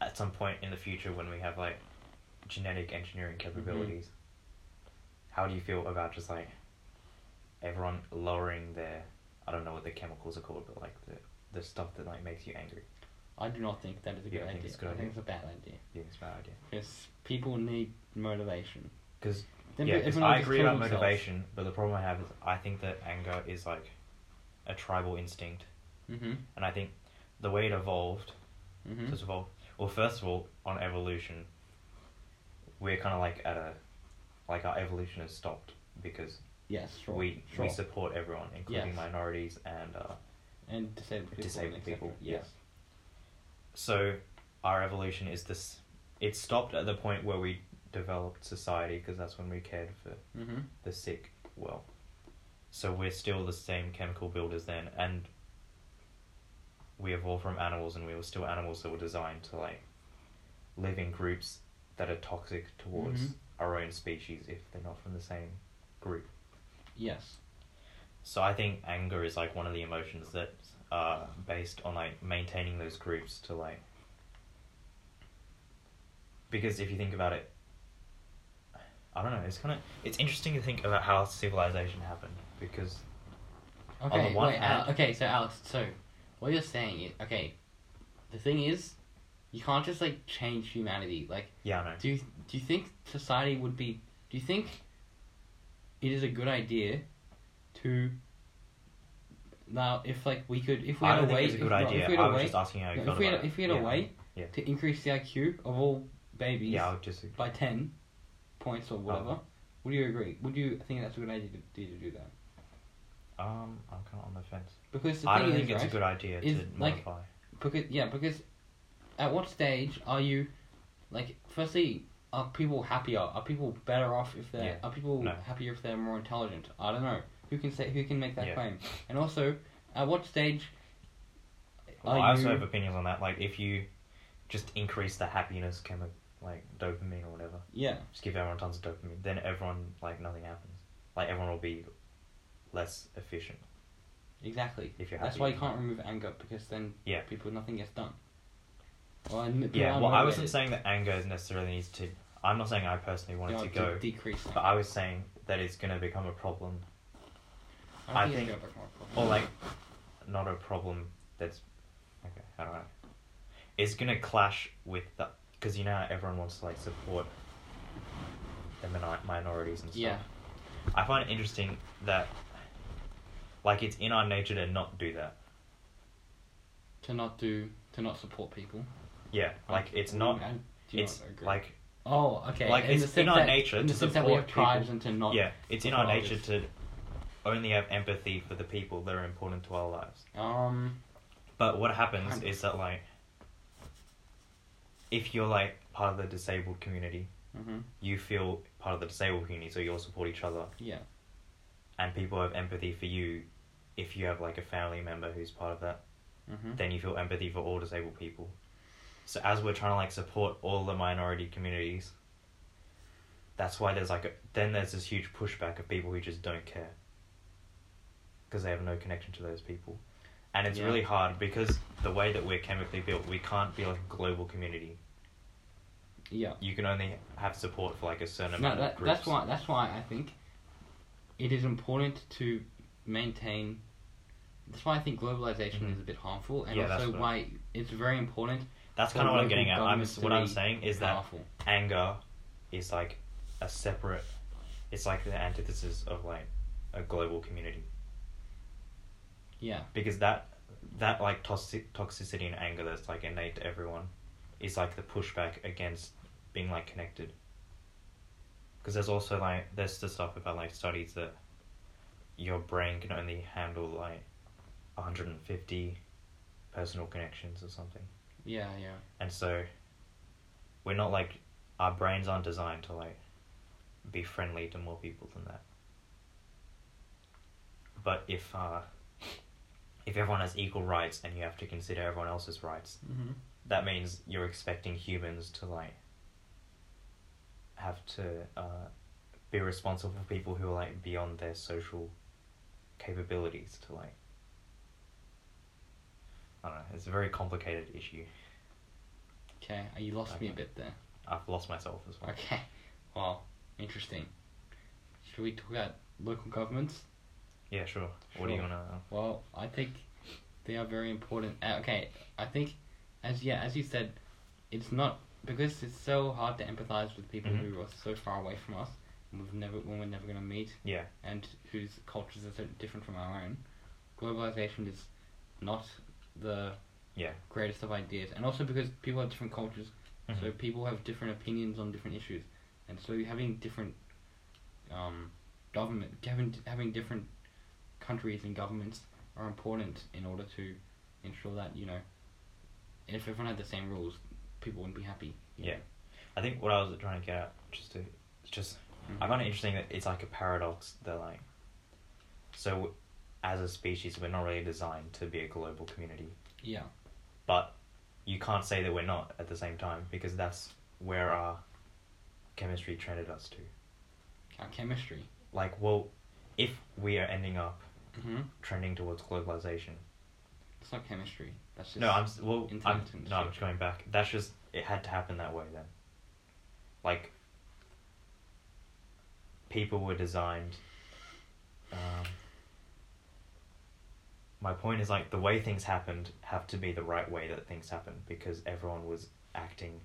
Speaker 2: at some point in the future when we have like genetic engineering capabilities? How do you feel about just like everyone lowering their I don't know what the chemicals are called, but like the the stuff that like makes you angry?
Speaker 1: I do not think that is a
Speaker 2: Yeah,
Speaker 1: good
Speaker 2: I think
Speaker 1: idea.
Speaker 2: it's a good
Speaker 1: I
Speaker 2: idea.
Speaker 1: think it's a bad idea.
Speaker 2: Yeah, it's a bad idea.
Speaker 1: Because people need motivation.
Speaker 2: Because
Speaker 1: Then
Speaker 2: yeah,
Speaker 1: pe-
Speaker 2: 'cause
Speaker 1: everyone
Speaker 2: I
Speaker 1: just
Speaker 2: agree
Speaker 1: kills
Speaker 2: about
Speaker 1: themselves.
Speaker 2: motivation, but the problem I have is I think that anger is like a tribal instinct,
Speaker 1: Mhm.
Speaker 2: and I think the way it evolved
Speaker 1: Mhm.
Speaker 2: First of all, well, first of all, on evolution, we're kind of like at a, like our evolution has stopped because
Speaker 1: yes, sure.
Speaker 2: we
Speaker 1: sure.
Speaker 2: we support everyone, including
Speaker 1: Yes.
Speaker 2: minorities and. Uh,
Speaker 1: and disabled people.
Speaker 2: Disabled
Speaker 1: and et cetera.
Speaker 2: people, yeah.
Speaker 1: Yes.
Speaker 2: so, our evolution is this. It stopped at the point where we developed society because that's when we cared for
Speaker 1: Mhm.
Speaker 2: the sick well. So we're still the same chemical builders then, and we evolved from animals, and we were still animals that were designed to like live in groups that are toxic towards
Speaker 1: Mhm.
Speaker 2: our own species if they're not from the same group.
Speaker 1: Yes.
Speaker 2: So I think anger is like one of the emotions that are based on like maintaining those groups to like because if you think about it I don't know, it's kind of it's interesting to think about how civilization happened because
Speaker 1: Okay,
Speaker 2: the one
Speaker 1: wait, Al-
Speaker 2: hand-
Speaker 1: okay, so Alex, so what you're saying is okay. The thing is, you can't just like change humanity. Like,
Speaker 2: yeah, I know.
Speaker 1: do you, do you think society would be? Do you think it is a good idea to now if like we could if we
Speaker 2: I
Speaker 1: had
Speaker 2: don't
Speaker 1: a
Speaker 2: think
Speaker 1: way
Speaker 2: it's a good
Speaker 1: if, no,
Speaker 2: idea.
Speaker 1: if we
Speaker 2: I
Speaker 1: had a
Speaker 2: was
Speaker 1: way
Speaker 2: just asking how you
Speaker 1: no,
Speaker 2: felt
Speaker 1: if we had
Speaker 2: about
Speaker 1: if we had
Speaker 2: it.
Speaker 1: a way
Speaker 2: Yeah.
Speaker 1: to increase the IQ of all
Speaker 2: yeah.
Speaker 1: babies
Speaker 2: Yeah, Oh. I would just
Speaker 1: by ten points or whatever, would you agree? Would you think that's a good idea to, to do that?
Speaker 2: um I'm kind of on the fence.
Speaker 1: Because the
Speaker 2: I
Speaker 1: thing
Speaker 2: don't
Speaker 1: is,
Speaker 2: think it's
Speaker 1: right,
Speaker 2: a good idea
Speaker 1: is,
Speaker 2: to
Speaker 1: like,
Speaker 2: modify.
Speaker 1: Because yeah, because at what stage are you, like, firstly, are people happier? Are people better off if they're?
Speaker 2: Yeah.
Speaker 1: Are people
Speaker 2: No.
Speaker 1: happier if they're more intelligent? I don't know. Who can say? Who can make that
Speaker 2: Yeah.
Speaker 1: claim? And also, at what stage?
Speaker 2: Well,
Speaker 1: are
Speaker 2: I also
Speaker 1: you-
Speaker 2: have opinions on that. Like, if you just increase the happiness chemical, like dopamine or whatever,
Speaker 1: Yeah.
Speaker 2: just give everyone tons of dopamine, then everyone like nothing happens. Like everyone will be less efficient.
Speaker 1: Exactly.
Speaker 2: If you're
Speaker 1: That's
Speaker 2: happy,
Speaker 1: why you
Speaker 2: you're
Speaker 1: can't remove anger because then
Speaker 2: Yeah.
Speaker 1: people nothing gets done. Well, and people
Speaker 2: Yeah.
Speaker 1: aren't
Speaker 2: Well, I wasn't
Speaker 1: motivated.
Speaker 2: saying that anger is necessarily needs to. I'm not saying I personally
Speaker 1: You
Speaker 2: wanted
Speaker 1: know,
Speaker 2: to
Speaker 1: de-
Speaker 2: go,
Speaker 1: decrease.
Speaker 2: but I was saying that it's gonna become a problem, I
Speaker 1: don't
Speaker 2: think-
Speaker 1: it's gonna become a problem.
Speaker 2: or like, not a problem that's. Okay. How do I? It's gonna clash with the because you know how everyone wants to like support the minor- minorities and stuff.
Speaker 1: yeah.
Speaker 2: I find it interesting that, like, it's in our nature to not do that.
Speaker 1: To not do to not support people.
Speaker 2: Yeah, like it's not.
Speaker 1: I Oh, do
Speaker 2: It's
Speaker 1: not agree.
Speaker 2: like
Speaker 1: Oh, okay.
Speaker 2: Like,
Speaker 1: in
Speaker 2: it's
Speaker 1: the sense
Speaker 2: in our
Speaker 1: that-
Speaker 2: nature
Speaker 1: in the
Speaker 2: to
Speaker 1: sense that we have
Speaker 2: support people.
Speaker 1: tribes and to not.
Speaker 2: yeah, it's in our
Speaker 1: Well,
Speaker 2: nature to only have empathy for the people that are important to our lives.
Speaker 1: Um.
Speaker 2: But what happens
Speaker 1: Kind of.
Speaker 2: is that like, if you're like part of the disabled community,
Speaker 1: mhm,
Speaker 2: you feel part of the disabled community, so you all support each other,
Speaker 1: Yeah.
Speaker 2: and people have empathy for you. If you have like a family member who's part of that,
Speaker 1: hmm
Speaker 2: then you feel empathy for all disabled people. So as we're trying to like support all the minority communities, that's why there's like a, then there's this huge pushback of people who just don't care because they have no connection to those people, and it's
Speaker 1: Yeah.
Speaker 2: really hard because the way that we're chemically built, we can't be like a global community.
Speaker 1: Yeah.
Speaker 2: You can only have support for like a certain
Speaker 1: No,
Speaker 2: amount of
Speaker 1: that,
Speaker 2: groups.
Speaker 1: that's why. That's why I think it is important to maintain. That's why I think globalization
Speaker 2: Mhm.
Speaker 1: is a bit harmful, and
Speaker 2: Yeah, that's
Speaker 1: also
Speaker 2: what I-
Speaker 1: why it's very important.
Speaker 2: That's
Speaker 1: for
Speaker 2: kind of what I'm
Speaker 1: local
Speaker 2: getting at. I'm
Speaker 1: governments
Speaker 2: s-
Speaker 1: to
Speaker 2: what I'm
Speaker 1: be
Speaker 2: saying is that
Speaker 1: powerful.
Speaker 2: anger is like a separate it's like the antithesis of like a global community
Speaker 1: Yeah.
Speaker 2: because that that like toxic toxicity and anger that's like innate to everyone is like the pushback against being like connected because there's also like there's the stuff about like studies that your brain can only handle like 150 personal connections or something
Speaker 1: Yeah, yeah.
Speaker 2: and so we're not like our brains aren't designed to like be friendly to more people than that but if uh if everyone has equal rights and you have to consider everyone else's rights
Speaker 1: Mm-hmm.
Speaker 2: that means you're expecting humans to like have to uh be responsible for people who are like beyond their social capabilities to like I don't know, it's a very complicated issue.
Speaker 1: Okay, you lost me a
Speaker 2: Okay.
Speaker 1: bit there.
Speaker 2: I've lost myself as well.
Speaker 1: Okay. Well, interesting. Should we talk about local governments?
Speaker 2: Yeah, sure. What do you
Speaker 1: Sure.
Speaker 2: wanna?
Speaker 1: Well, I think they are very important. Uh, okay, I think as yeah, as you said, it's not because it's so hard to empathize with people
Speaker 2: Mhm.
Speaker 1: who are so far away from us. and We've never, when we're never gonna meet,
Speaker 2: Yeah,
Speaker 1: and whose cultures are so different from our own. Globalization is not the
Speaker 2: yeah.
Speaker 1: greatest of ideas, and also because people have different cultures, so
Speaker 2: Mhm.
Speaker 1: people have different opinions on different issues, and so having different um, government having having different countries and governments are important in order to ensure that you know if everyone had the same rules, people wouldn't be happy. you
Speaker 2: Yeah. I think what I was trying to get at, just to, it's just,
Speaker 1: know.
Speaker 2: I find it interesting that it's like a paradox that like, so, as a species, we're not really designed to be a global community,
Speaker 1: Yeah,
Speaker 2: but you can't say that we're not at the same time because that's where our chemistry trended us to.
Speaker 1: our chemistry.
Speaker 2: Like, well, if we are ending up Mm-hmm.
Speaker 1: hmm
Speaker 2: trending towards globalization,
Speaker 1: It's not chemistry. That's just
Speaker 2: No, I'm s- well.
Speaker 1: internet
Speaker 2: I'm,
Speaker 1: and
Speaker 2: no, I'm
Speaker 1: shit.
Speaker 2: just going back. That's just it had to happen that way then. Like, people were designed. Um, my point is like the way things happened have to be the right way that things happened because everyone was acting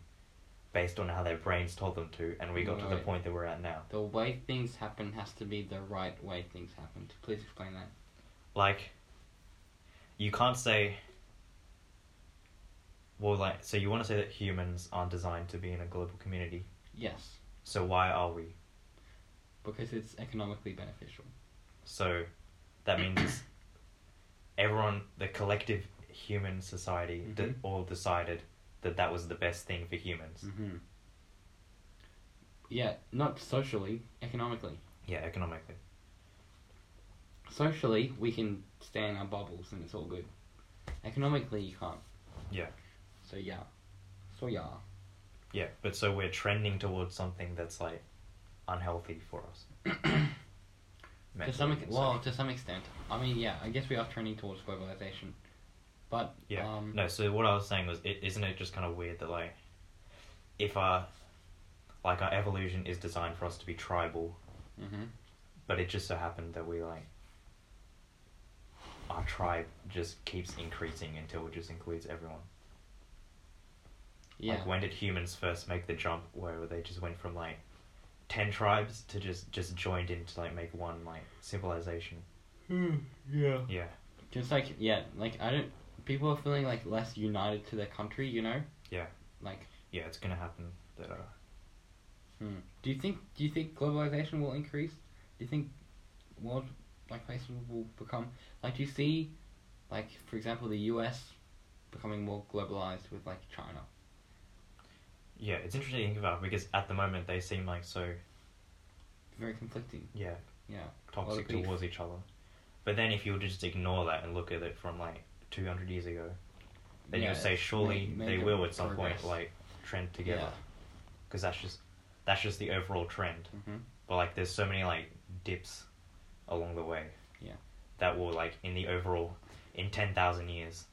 Speaker 2: based on how their brains told them to, and we got to the
Speaker 1: Right.
Speaker 2: point that we're at now.
Speaker 1: The way things happen has to be the right way things happen. Please explain that.
Speaker 2: like you can't say well like so you want to say that humans aren't designed to be in a global community
Speaker 1: Yes,
Speaker 2: so why are we
Speaker 1: because it's economically beneficial.
Speaker 2: so that means everyone the collective human society d
Speaker 1: Mhm.
Speaker 2: all decided that that was the best thing for humans
Speaker 1: hmm Yeah, not socially, economically.
Speaker 2: yeah economically
Speaker 1: Socially, we can stay in our bubbles and it's all good. Economically, you can't.
Speaker 2: yeah
Speaker 1: So yeah, so yeah,
Speaker 2: yeah but so we're trending towards something that's like unhealthy for us
Speaker 1: to some ex-
Speaker 2: Mentally,
Speaker 1: well,
Speaker 2: so-
Speaker 1: to some extent. I mean, yeah, I guess we are trending towards globalization, but
Speaker 2: Yeah.
Speaker 1: um,
Speaker 2: no, so what I was saying was, it, isn't it just kind of weird that like, if our, like our evolution is designed for us to be tribal,
Speaker 1: hmm
Speaker 2: but it just so happened that we like, our tribe just keeps increasing until it just includes everyone.
Speaker 1: yeah,
Speaker 2: Like when did humans first make the jump where they just went from like, ten tribes to just just joined in to like make one like civilization?
Speaker 1: yeah.
Speaker 2: Yeah.
Speaker 1: Just like yeah, like I don't. People are feeling like less united to their country, you know.
Speaker 2: Yeah.
Speaker 1: Like,
Speaker 2: Yeah, it's gonna happen. That uh,
Speaker 1: hmm. do you think do you think globalization will increase? Do you think world like places will become like? Do you see, like for example, the U.S. becoming more globalized with like China?
Speaker 2: yeah, it's interesting to think about because at the moment they seem like so
Speaker 1: Very conflicting.
Speaker 2: yeah
Speaker 1: Yeah.
Speaker 2: toxic
Speaker 1: beef.
Speaker 2: towards each other. But then if you just ignore that and look at it from like 200 years ago, then
Speaker 1: Yeah,
Speaker 2: you'll say
Speaker 1: it's
Speaker 2: surely
Speaker 1: made-
Speaker 2: they
Speaker 1: made
Speaker 2: will at some
Speaker 1: progress.
Speaker 2: point like trend together because that's just that's just the overall trend.
Speaker 1: Yeah. hmm
Speaker 2: But like there's so many like dips along the way.
Speaker 1: Yeah.
Speaker 2: That will like in the overall in 10,000 years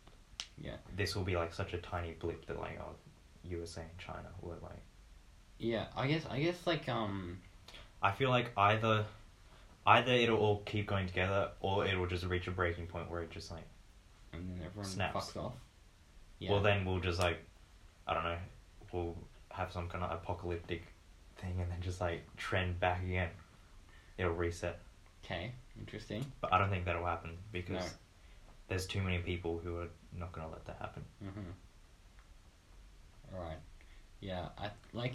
Speaker 1: Yeah.
Speaker 2: this will be like such a tiny blip that like oh, USA and China were like
Speaker 1: Yeah. I guess. I guess like um.
Speaker 2: I feel like either either it'll all keep going together or it'll just reach a breaking point where it just like
Speaker 1: And then everyone
Speaker 2: Snaps.
Speaker 1: fucks off.
Speaker 2: Well, then we'll just like, I don't know, we'll have some kind of apocalyptic thing and then just like trend back again. it'll reset.
Speaker 1: Okay, interesting.
Speaker 2: But I don't think that'll happen because
Speaker 1: No.
Speaker 2: there's too many people who are not gonna let that happen.
Speaker 1: Mm-hmm. Right. Yeah, I like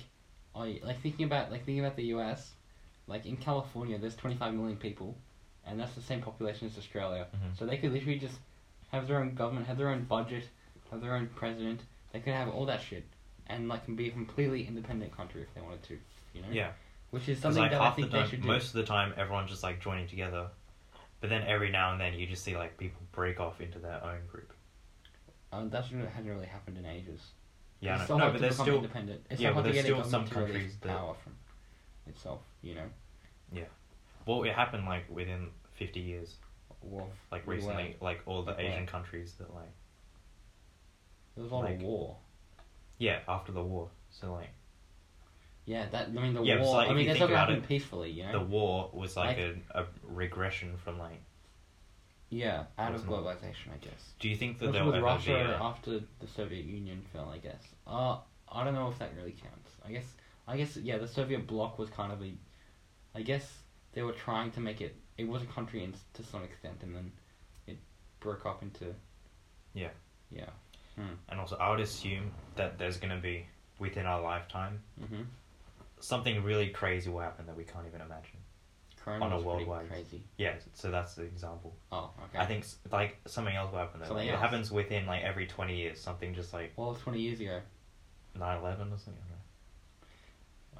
Speaker 1: I like thinking about like thinking about the US, like in California there's twenty five million people and that's the same population as Australia.
Speaker 2: Mhm.
Speaker 1: So they could literally just have their own government, have their own budget, have their own president, they could have all that shit. And like can be a completely independent country if they wanted to, you know?
Speaker 2: Yeah,
Speaker 1: Which is
Speaker 2: 'Cause,
Speaker 1: something
Speaker 2: like
Speaker 1: that I
Speaker 2: half the
Speaker 1: think they
Speaker 2: time,
Speaker 1: should do.
Speaker 2: most of the time, everyone's just like joining together. But then every now and then, you just see like people break off into their own group.
Speaker 1: Um, that shouldn't- hasn't really happened in ages.
Speaker 2: Yeah,
Speaker 1: it's
Speaker 2: I know.
Speaker 1: so
Speaker 2: no,
Speaker 1: hard
Speaker 2: but
Speaker 1: to
Speaker 2: there's
Speaker 1: become
Speaker 2: still
Speaker 1: independent. It's
Speaker 2: yeah,
Speaker 1: so
Speaker 2: but
Speaker 1: hard to
Speaker 2: there's
Speaker 1: get a
Speaker 2: still some
Speaker 1: government to release
Speaker 2: countries that-
Speaker 1: power from itself, you know.
Speaker 2: well, it happened like within fifty years,
Speaker 1: War.
Speaker 2: like
Speaker 1: we were-
Speaker 2: recently, like all the
Speaker 1: Like
Speaker 2: Asian
Speaker 1: where?
Speaker 2: countries that like
Speaker 1: There was a lot
Speaker 2: like-
Speaker 1: of war.
Speaker 2: yeah after the war. So like
Speaker 1: Yeah, that I mean the
Speaker 2: Yeah, but
Speaker 1: war.
Speaker 2: it's like,
Speaker 1: I
Speaker 2: if
Speaker 1: mean
Speaker 2: you
Speaker 1: that's
Speaker 2: think
Speaker 1: not gonna
Speaker 2: about
Speaker 1: happen
Speaker 2: it,
Speaker 1: peacefully, you know.
Speaker 2: the war was like,
Speaker 1: Like-
Speaker 2: a, a regression from like.
Speaker 1: yeah, out of
Speaker 2: Wasn't it?
Speaker 1: globalization, I guess.
Speaker 2: Do you think that
Speaker 1: Especially
Speaker 2: there'll
Speaker 1: with
Speaker 2: ever be?
Speaker 1: Russia
Speaker 2: A,
Speaker 1: after the Soviet Union fell, I guess. Uh, I don't know if that really counts. I guess. I guess yeah, the Soviet bloc was kind of a. I guess they were trying to make it. It was a country in, to some extent, and then it broke up into.
Speaker 2: Yeah.
Speaker 1: Yeah. Hmm.
Speaker 2: and also, I would assume that there's gonna be within our lifetime
Speaker 1: Mm-hmm.
Speaker 2: something really crazy will happen that we can't even imagine.
Speaker 1: Corona
Speaker 2: On a
Speaker 1: was pretty
Speaker 2: worldwide-
Speaker 1: crazy.
Speaker 2: Yeah, so that's the example.
Speaker 1: Oh, okay.
Speaker 2: I think s- like something else will happen though.
Speaker 1: Something
Speaker 2: Like, it
Speaker 1: else.
Speaker 2: happens within like every twenty years. Something just like
Speaker 1: Well, twenty years ago.
Speaker 2: 9-11 or something. I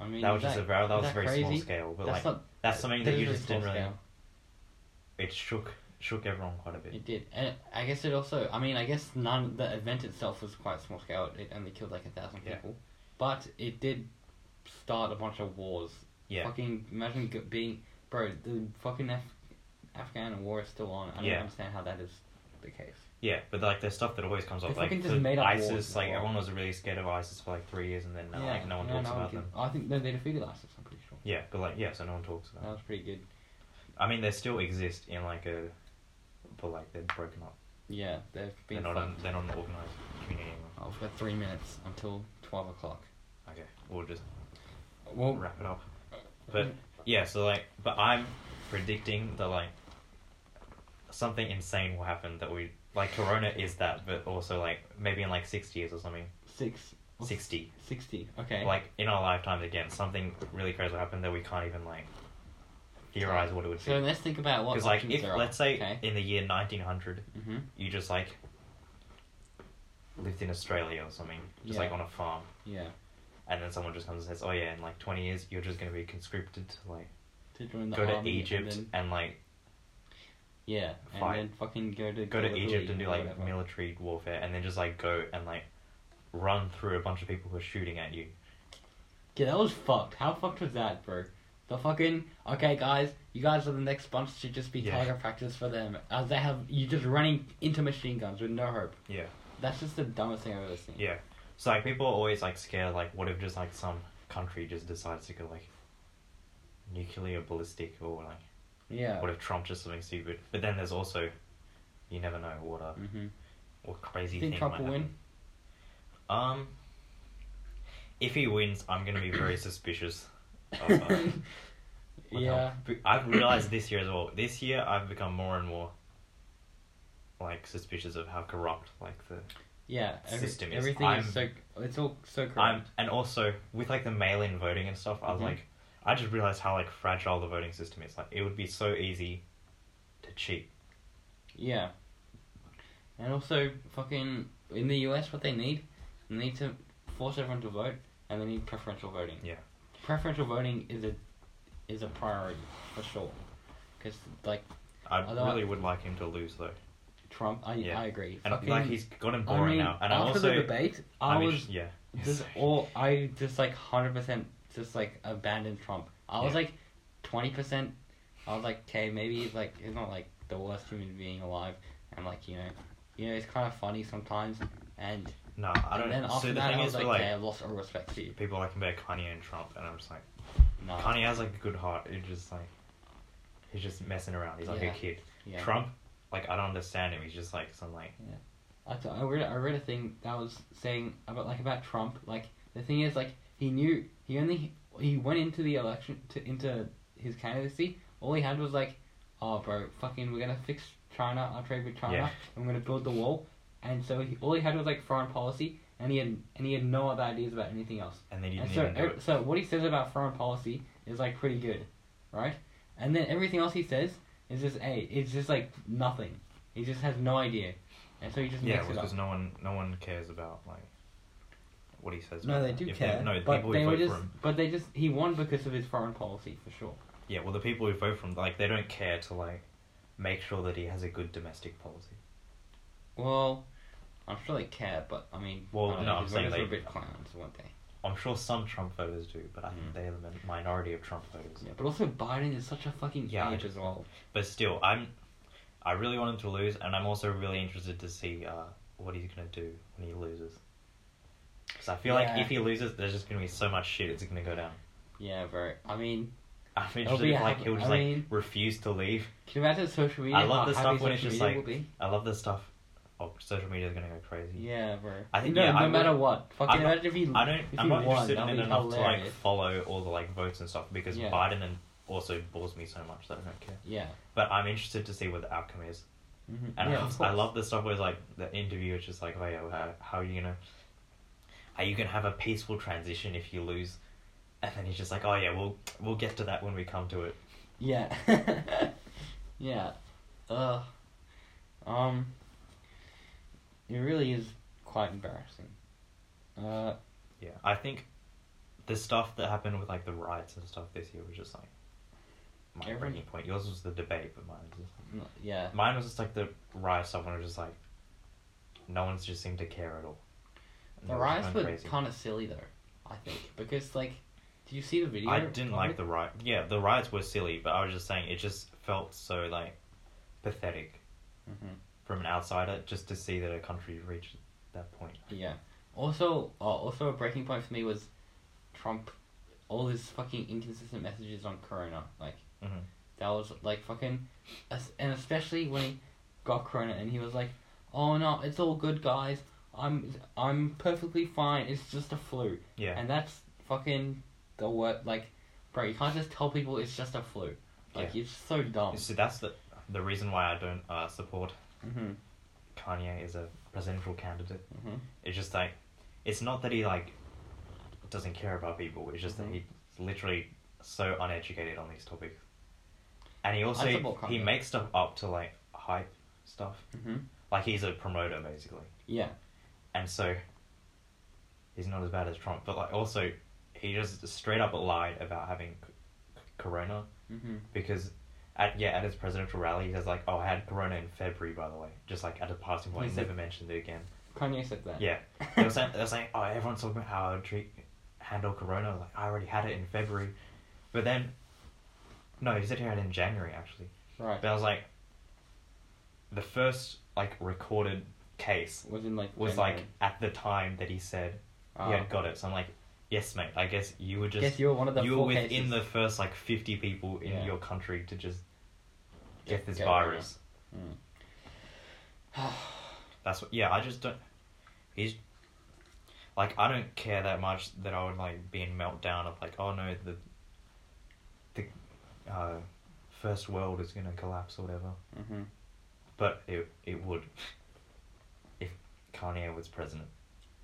Speaker 1: I
Speaker 2: don't know.
Speaker 1: mean,
Speaker 2: That was
Speaker 1: is
Speaker 2: just a very that was
Speaker 1: that
Speaker 2: very small
Speaker 1: crazy?
Speaker 2: scale, but
Speaker 1: that's
Speaker 2: like
Speaker 1: not.
Speaker 2: that's something that
Speaker 1: that
Speaker 2: you
Speaker 1: is
Speaker 2: just didn't
Speaker 1: small
Speaker 2: really.
Speaker 1: scale.
Speaker 2: It shook shook everyone quite a bit.
Speaker 1: It did, and I guess it also. I mean, I guess none. The event itself was quite small scale. It only killed like a thousand
Speaker 2: Yeah.
Speaker 1: people, but it did start a bunch of wars.
Speaker 2: yeah,
Speaker 1: Fucking imagine g- being bro. The fucking Af- Afghan war is still on. I don't
Speaker 2: Yeah.
Speaker 1: understand how that is the case.
Speaker 2: yeah, but like there's stuff that always comes up
Speaker 1: They
Speaker 2: like
Speaker 1: fucking just
Speaker 2: the
Speaker 1: made up wars
Speaker 2: ISIS.
Speaker 1: as
Speaker 2: Like
Speaker 1: well.
Speaker 2: everyone was really scared of ISIS for like three years, and then now, like no one talks about
Speaker 1: can-
Speaker 2: them.
Speaker 1: I think no, they defeated ISIS. I'm pretty sure.
Speaker 2: Yeah, but like yeah, so no one talks about.
Speaker 1: That
Speaker 2: Them.
Speaker 1: was pretty good.
Speaker 2: I mean, they still exist in like a, but like they're broken up.
Speaker 1: Yeah, they've
Speaker 2: They're
Speaker 1: been.
Speaker 2: not an,
Speaker 1: fucked.
Speaker 2: they're not an organized community anymore.
Speaker 1: I've got three minutes until twelve o'clock.
Speaker 2: Okay, we'll just
Speaker 1: Well,
Speaker 2: wrap it up. But yeah, so like, but I'm predicting that like something insane will happen that we like Corona is that, but also like maybe in like sixty years or something,
Speaker 1: six.
Speaker 2: sixty,
Speaker 1: Sixty. Okay.
Speaker 2: like in our lifetimes again, something really crazy will happen that we can't even like theorize what it would
Speaker 1: So
Speaker 2: be.
Speaker 1: let's think about what
Speaker 2: Because like
Speaker 1: options
Speaker 2: if
Speaker 1: there are,
Speaker 2: let's say
Speaker 1: okay?
Speaker 2: in the year nineteen hundred,
Speaker 1: hmm
Speaker 2: you just like lived in Australia or something, just
Speaker 1: Yeah.
Speaker 2: like on a farm.
Speaker 1: yeah,
Speaker 2: And then someone just comes and says, "Oh yeah, in like twenty years, you're just gonna be conscripted to like
Speaker 1: to join the
Speaker 2: go to
Speaker 1: army
Speaker 2: Egypt
Speaker 1: and then,
Speaker 2: and like
Speaker 1: yeah,
Speaker 2: fight.
Speaker 1: and then fucking go to
Speaker 2: go to
Speaker 1: Gallipoli
Speaker 2: Egypt and do
Speaker 1: or
Speaker 2: like
Speaker 1: whatever.
Speaker 2: military warfare and then just like go and like run through a bunch of people who are shooting at you.
Speaker 1: Yeah, that was fucked. How fucked was that, bro? The fucking okay, guys. You guys are the next bunch to just be
Speaker 2: Yeah.
Speaker 1: target practice for them, as they have you just running into machine guns with no hope.
Speaker 2: Yeah.
Speaker 1: That's just the dumbest thing I've ever seen.
Speaker 2: Yeah. So like people are always like scared like what if just like some country just decides to go like nuclear ballistic or like
Speaker 1: Yeah.
Speaker 2: what if Trump just something stupid. But then there's also you never know what a
Speaker 1: hmm
Speaker 2: what crazy
Speaker 1: Think
Speaker 2: thing
Speaker 1: Trump
Speaker 2: might
Speaker 1: will
Speaker 2: happen. Um if he wins, I'm gonna be very suspicious of uh, with
Speaker 1: yeah.
Speaker 2: help. But I've realized this year as well. This year, I've become more and more like suspicious of how corrupt like the
Speaker 1: Yeah. Every,
Speaker 2: System is-
Speaker 1: everything
Speaker 2: I'm-
Speaker 1: is so. It's all so corrupt.
Speaker 2: I'm, Um, and also with like the mail-in voting and stuff. I was
Speaker 1: Mhm.
Speaker 2: like, I just realized how like fragile the voting system is. Like, it would be so easy to cheat.
Speaker 1: Yeah. And also, fucking in the US, what they need, they need to force everyone to vote, and they need preferential voting.
Speaker 2: Yeah.
Speaker 1: Preferential voting is a is a priority for sure, because like
Speaker 2: I
Speaker 1: Although I-
Speaker 2: really would like him to lose though,
Speaker 1: Trump, I
Speaker 2: Yeah.
Speaker 1: I agree.
Speaker 2: and like he's gotten boring
Speaker 1: I mean,
Speaker 2: now. And I
Speaker 1: after
Speaker 2: also,
Speaker 1: the debate, I,
Speaker 2: I'm
Speaker 1: was
Speaker 2: inter- yeah,
Speaker 1: just all I just like hundred percent just like abandoned Trump. I was
Speaker 2: Yeah.
Speaker 1: like twenty percent. I was like, okay, maybe he's like he's not like the worst human being alive, and like you know, you know, he's kind of funny sometimes. And,
Speaker 2: no, I don't.
Speaker 1: and then after
Speaker 2: so the
Speaker 1: that,
Speaker 2: thing
Speaker 1: I
Speaker 2: is,
Speaker 1: was like,
Speaker 2: like,
Speaker 1: okay, I've lost all respect for you.
Speaker 2: people like compare Kanye and Trump, and I'm just like.
Speaker 1: No,
Speaker 2: Kanye has like a good heart. It just like he's just messing around. He's like
Speaker 1: Yeah.
Speaker 2: a kid.
Speaker 1: yeah.
Speaker 2: Trump, like I don't understand him. He's just like some like
Speaker 1: I, t- I read I read a thing that was saying about like about Trump. Like the thing is, like he knew he only he went into the election to into his candidacy All he had was like, oh, bro, fucking, we're gonna fix China, our trade with China,
Speaker 2: Yeah.
Speaker 1: and we're gonna build the wall. And so he, all he had was like foreign policy, and he had and he had no other ideas about anything else.
Speaker 2: And then you
Speaker 1: And
Speaker 2: didn't
Speaker 1: so,
Speaker 2: even do
Speaker 1: er,
Speaker 2: it.
Speaker 1: so what he says about foreign policy is like pretty good, right? And then everything else he says is just a, it's just like nothing. He just has no idea, and so he just
Speaker 2: Yeah,
Speaker 1: makes it up.
Speaker 2: because no one, no one cares about like what he says.
Speaker 3: No,
Speaker 2: about
Speaker 3: they
Speaker 2: that.
Speaker 3: do
Speaker 2: If
Speaker 3: care,
Speaker 2: no, the
Speaker 1: But
Speaker 2: people
Speaker 1: they
Speaker 2: who
Speaker 1: were
Speaker 2: vote
Speaker 1: just,
Speaker 2: for him.
Speaker 1: but they just, he won because of his foreign policy for sure.
Speaker 2: Yeah, well, the people who vote for him, like, they don't care to like make sure that he has a good domestic policy.
Speaker 1: Well, I'm sure they care, but I mean,
Speaker 2: Well,
Speaker 1: I don't
Speaker 2: no,
Speaker 1: know,
Speaker 2: I'm
Speaker 1: his
Speaker 2: saying
Speaker 1: voters
Speaker 2: they-
Speaker 1: were a bit clowns, weren't they?
Speaker 2: I'm sure some Trump voters do, but I
Speaker 1: Mm.
Speaker 2: think they're the min- minority of Trump voters.
Speaker 1: Yeah, but also Biden is such a fucking
Speaker 2: Yeah, I
Speaker 1: idiot
Speaker 2: do.
Speaker 1: as well.
Speaker 2: But still, I'm. I really want him to lose, and I'm also really interested to see uh, what he's gonna do when he loses. Because I feel
Speaker 1: Yeah.
Speaker 2: like if he loses, there's just gonna be so much shit. It's gonna go down.
Speaker 1: Yeah, bro. I mean,
Speaker 2: I'm interested
Speaker 1: be
Speaker 2: if like
Speaker 1: hap-
Speaker 2: he'll just
Speaker 1: I
Speaker 2: like
Speaker 1: mean-
Speaker 2: refuse to leave.
Speaker 1: can you imagine social media?
Speaker 2: I love
Speaker 1: how
Speaker 2: the
Speaker 1: oh, happy
Speaker 2: stuff when it's
Speaker 1: social
Speaker 2: just
Speaker 1: media
Speaker 2: like
Speaker 1: will be?
Speaker 2: I love the stuff. Oh, social media's gonna go crazy.
Speaker 1: Yeah, bro.
Speaker 2: I think-
Speaker 1: no,
Speaker 2: yeah,
Speaker 1: no
Speaker 2: I would-
Speaker 1: matter what. Fucking
Speaker 2: I'm not-
Speaker 1: imagine if he.
Speaker 2: I don't.
Speaker 1: If
Speaker 2: I'm
Speaker 1: he
Speaker 2: not
Speaker 1: won,
Speaker 2: interested in
Speaker 1: that'd
Speaker 2: it
Speaker 1: be
Speaker 2: enough to like
Speaker 1: hilarious.
Speaker 2: follow all the like votes and stuff because
Speaker 1: Yeah.
Speaker 2: Biden and also bores me so much that I don't care.
Speaker 1: Yeah.
Speaker 2: But I'm interested to see what the outcome is.
Speaker 1: Mm-hmm.
Speaker 2: And
Speaker 1: yeah,
Speaker 2: I,
Speaker 1: of
Speaker 2: I
Speaker 1: course.
Speaker 2: love the stuff where it's like the interview is just like, oh yeah, well, how, how are you gonna, are you gonna have a peaceful transition if you lose? And then he's just like, oh yeah, we'll we'll get to that when we come to it.
Speaker 1: Yeah. yeah. Ugh. Um. It really is quite embarrassing. Uh.
Speaker 2: Yeah, I think the stuff that happened with like the riots and stuff this year was just like my
Speaker 1: Everyone-
Speaker 2: breaking point. Yours was the debate, but mine was just,
Speaker 1: n- Yeah.
Speaker 2: mine was just like the riot stuff, and it was just like no one's just seemed to care at all. And
Speaker 1: The
Speaker 2: they were just
Speaker 1: riots
Speaker 2: going
Speaker 1: were kind of silly though. I think because like, do you see the video?
Speaker 2: I didn't
Speaker 1: of
Speaker 2: like
Speaker 1: it?
Speaker 2: the riot. Yeah, the riots were silly, but I was just saying it just felt so like pathetic
Speaker 1: Mhm.
Speaker 2: from an outsider just to see that a country reached that point.
Speaker 1: Yeah. Also, uh, also a breaking point for me was Trump, all his fucking inconsistent messages on Corona. Like
Speaker 2: Mm-hmm.
Speaker 1: that was like fucking, es- and especially when he got Corona and he was like, "Oh no, it's all good, guys. I'm I'm perfectly fine. It's just a flu."
Speaker 2: Yeah,
Speaker 1: And that's fucking the word. Like, bro, you can't just tell people it's just a flu. Like
Speaker 2: Yeah.
Speaker 1: it's so dumb.
Speaker 2: so that's the the reason why I don't uh, support
Speaker 1: hmm
Speaker 2: Kanye as a presidential candidate.
Speaker 1: hmm
Speaker 2: It's just like it's not that he like doesn't care about people. It's just
Speaker 1: Mhm.
Speaker 2: that he's literally so uneducated on these topics, and he also
Speaker 1: support
Speaker 2: he
Speaker 1: Kanye.
Speaker 2: makes stuff up to like hype stuff.
Speaker 1: hmm
Speaker 2: Like he's a promoter basically.
Speaker 1: Yeah.
Speaker 2: and so he's not as bad as Trump. But like, also, he just straight up lied about having c- c- corona
Speaker 1: hmm
Speaker 2: because, at yeah, at his presidential rally, he says like, "Oh, I had corona in February, by the way." Just like at a passing point,
Speaker 1: He
Speaker 2: he
Speaker 1: said-
Speaker 2: never mentioned it again.
Speaker 1: Kanye said that.
Speaker 2: Yeah, they were saying they were saying, "Oh, everyone's talking about how I treat handle corona." Like, I already had it in February, but then, no, he said he had it in January actually.
Speaker 1: right.
Speaker 2: But I was like, the first like recorded case
Speaker 1: was in like
Speaker 2: was
Speaker 1: January.
Speaker 2: like at the time that he said
Speaker 1: Ah.
Speaker 2: yeah, got it. So I'm like, yes, mate. I guess you were Um, just
Speaker 1: guess you were one of the
Speaker 2: you were
Speaker 1: four
Speaker 2: within
Speaker 1: cases.
Speaker 2: the first like 50 people in
Speaker 1: Yeah.
Speaker 2: your country to just get this
Speaker 1: Get
Speaker 2: virus.
Speaker 1: corona.
Speaker 2: That's what. Yeah, I just don't. He's like, I don't care that much that I would like be in meltdown of like, oh no, the the uh, first world is gonna collapse or whatever.
Speaker 1: Mm-hmm.
Speaker 2: But it it would if Kanye was president.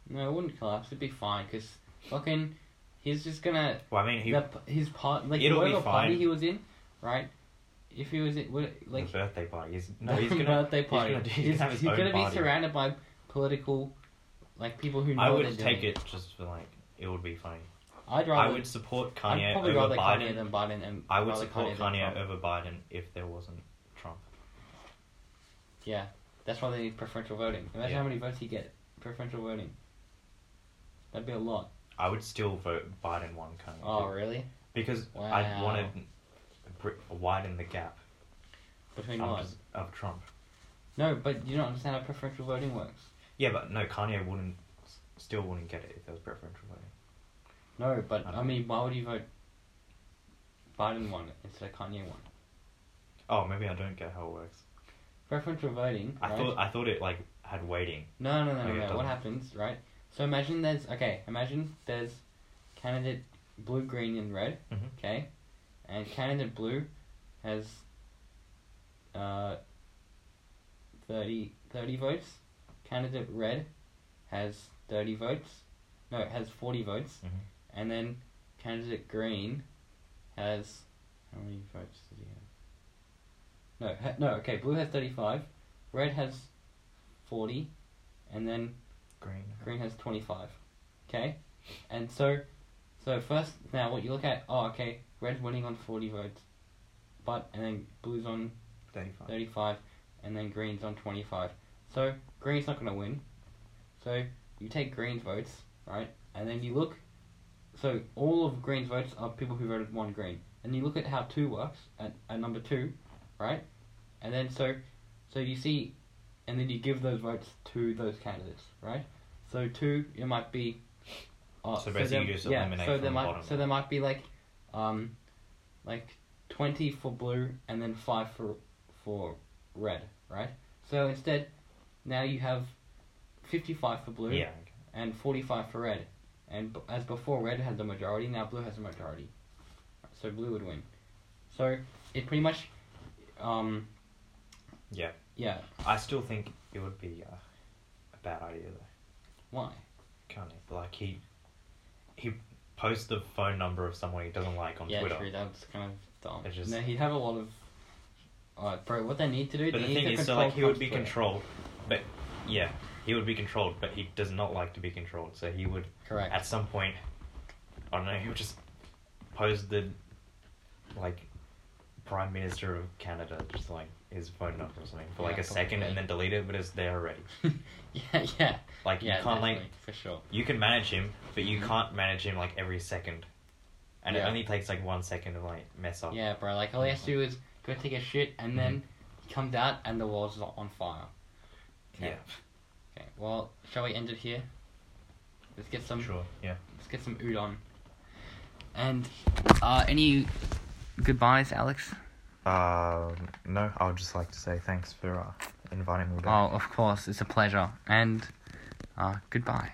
Speaker 1: No, it wouldn't collapse. It'd be fine because fucking he's just gonna
Speaker 2: Well, I mean, he,
Speaker 1: that, p- his part like
Speaker 2: It'll be
Speaker 1: whatever party
Speaker 2: fine.
Speaker 1: he was in, right? If he was in would, like
Speaker 2: the birthday party. He's no,
Speaker 1: the
Speaker 2: he's gonna
Speaker 1: birthday
Speaker 2: he's
Speaker 1: party,
Speaker 2: gonna do- he's gonna have his own
Speaker 1: gonna be
Speaker 2: party.
Speaker 1: surrounded by political like people who know
Speaker 2: I
Speaker 1: what
Speaker 2: would
Speaker 1: they're doing.
Speaker 2: take it just for like it would be funny.
Speaker 1: I'd
Speaker 2: I
Speaker 1: rather
Speaker 2: would support
Speaker 1: I'd
Speaker 2: Kanye
Speaker 1: probably
Speaker 2: over
Speaker 1: rather
Speaker 2: Biden.
Speaker 1: Kanye than Biden and
Speaker 2: I would
Speaker 1: rather
Speaker 2: support
Speaker 1: Kanye, than
Speaker 2: Kanye,
Speaker 1: Trump.
Speaker 2: over Biden if there wasn't Trump.
Speaker 1: Yeah, that's why they need preferential voting. Imagine
Speaker 2: Yeah.
Speaker 1: how many votes you get preferential voting. That'd be a lot.
Speaker 2: I would still vote Biden one Kanye
Speaker 1: Oh,
Speaker 2: two.
Speaker 1: really?
Speaker 2: because I
Speaker 1: Wow.
Speaker 2: wanted br- widen the gap
Speaker 1: Between
Speaker 2: of,
Speaker 1: what?
Speaker 2: just- of Trump.
Speaker 1: No, but you don't understand how preferential voting works.
Speaker 2: Yeah, but no, Kanye wouldn't still wouldn't get it if there was preferential voting.
Speaker 1: No, but
Speaker 2: I
Speaker 1: I,
Speaker 2: don't
Speaker 1: mean, why would you vote Biden one instead of Kanye one?
Speaker 2: Oh, maybe I don't get how it works.
Speaker 1: Preferential voting.
Speaker 2: I
Speaker 1: right?
Speaker 2: thought I thought it like had waiting.
Speaker 1: No, no, no, no.
Speaker 2: Okay,
Speaker 1: no.
Speaker 2: done.
Speaker 1: What happens, right? So imagine there's okay. Imagine there's candidate blue, green, and red.
Speaker 2: Mhm.
Speaker 1: Okay, and candidate blue has uh, 30, 30 votes. Candidate red has 30 votes. No, it has 40 votes.
Speaker 2: Mhm.
Speaker 1: And then candidate green has. How many votes did he have? No, ha- no, okay, blue has 35. Red has 40. And then
Speaker 2: Green.
Speaker 1: Green has 25. Okay? And so, so first, now what you look at, oh, okay, red's winning on 40 votes, but, and then blue's on
Speaker 2: 35.
Speaker 1: 35, and then green's on 25. So, green's not going to win. So, you take green's votes, right? And then you look, so all of green's votes are people who voted one green. And you look at how two works, at, at number two, right? And then so, so you see, and then you give those votes to those candidates, right? So two, it might be. Uh,
Speaker 2: So basically
Speaker 1: there-
Speaker 2: you just
Speaker 1: yeah,
Speaker 2: eliminate
Speaker 1: so
Speaker 2: from
Speaker 1: there
Speaker 2: the
Speaker 1: might,
Speaker 2: bottom.
Speaker 1: So there might be like, um, like twenty for blue and then five for for red, right? So instead, now you have fifty-five for blue
Speaker 2: Yeah. okay.
Speaker 1: and 45 for red. And b- as before, red had the majority, now blue has the majority. So blue would win. So it pretty much. Um,
Speaker 2: Yeah.
Speaker 1: Yeah.
Speaker 2: I still think it would be uh, a bad idea though.
Speaker 1: Why?
Speaker 2: Can't he? Like he, he posts the phone number of someone he doesn't like on
Speaker 1: yeah,
Speaker 2: Twitter.
Speaker 1: true. That's kind of dumb.
Speaker 2: It's just-
Speaker 1: No, he'd have a lot of. Uh, bro, what they need to do?
Speaker 2: But
Speaker 1: they need
Speaker 2: the thing
Speaker 1: to
Speaker 2: is, so
Speaker 1: control
Speaker 2: like he would
Speaker 1: Trump's
Speaker 2: be
Speaker 1: Twitter.
Speaker 2: controlled, but yeah, he would be controlled, but he does not like to be controlled. So he would
Speaker 1: Correct.
Speaker 2: at some point, I don't know, he would just pose the like prime minister of Canada, just like his phone number or something for like
Speaker 1: Yeah,
Speaker 2: a second,
Speaker 1: probably.
Speaker 2: and then delete it, but it's there already.
Speaker 1: yeah, yeah.
Speaker 2: Like
Speaker 1: yeah,
Speaker 2: you can't like
Speaker 1: definitely, for sure.
Speaker 2: you can manage him, but you
Speaker 1: Mhm.
Speaker 2: can't manage him like every second, and it
Speaker 1: Yeah.
Speaker 2: only takes like one second to like mess up.
Speaker 1: Yeah, bro. Like all he has to do is go take a shit, and then
Speaker 2: Mm-hmm.
Speaker 1: he comes out, and the walls are on fire.
Speaker 2: yeah,
Speaker 1: Okay. Well, shall we end it here? Let's get some.
Speaker 2: sure, yeah.
Speaker 1: Let's get some udon. And uh, any goodbyes, Alex?
Speaker 2: Um, no, I would just like to say thanks for uh, inviting me
Speaker 1: Oh, of course, it's a pleasure. And uh, goodbye.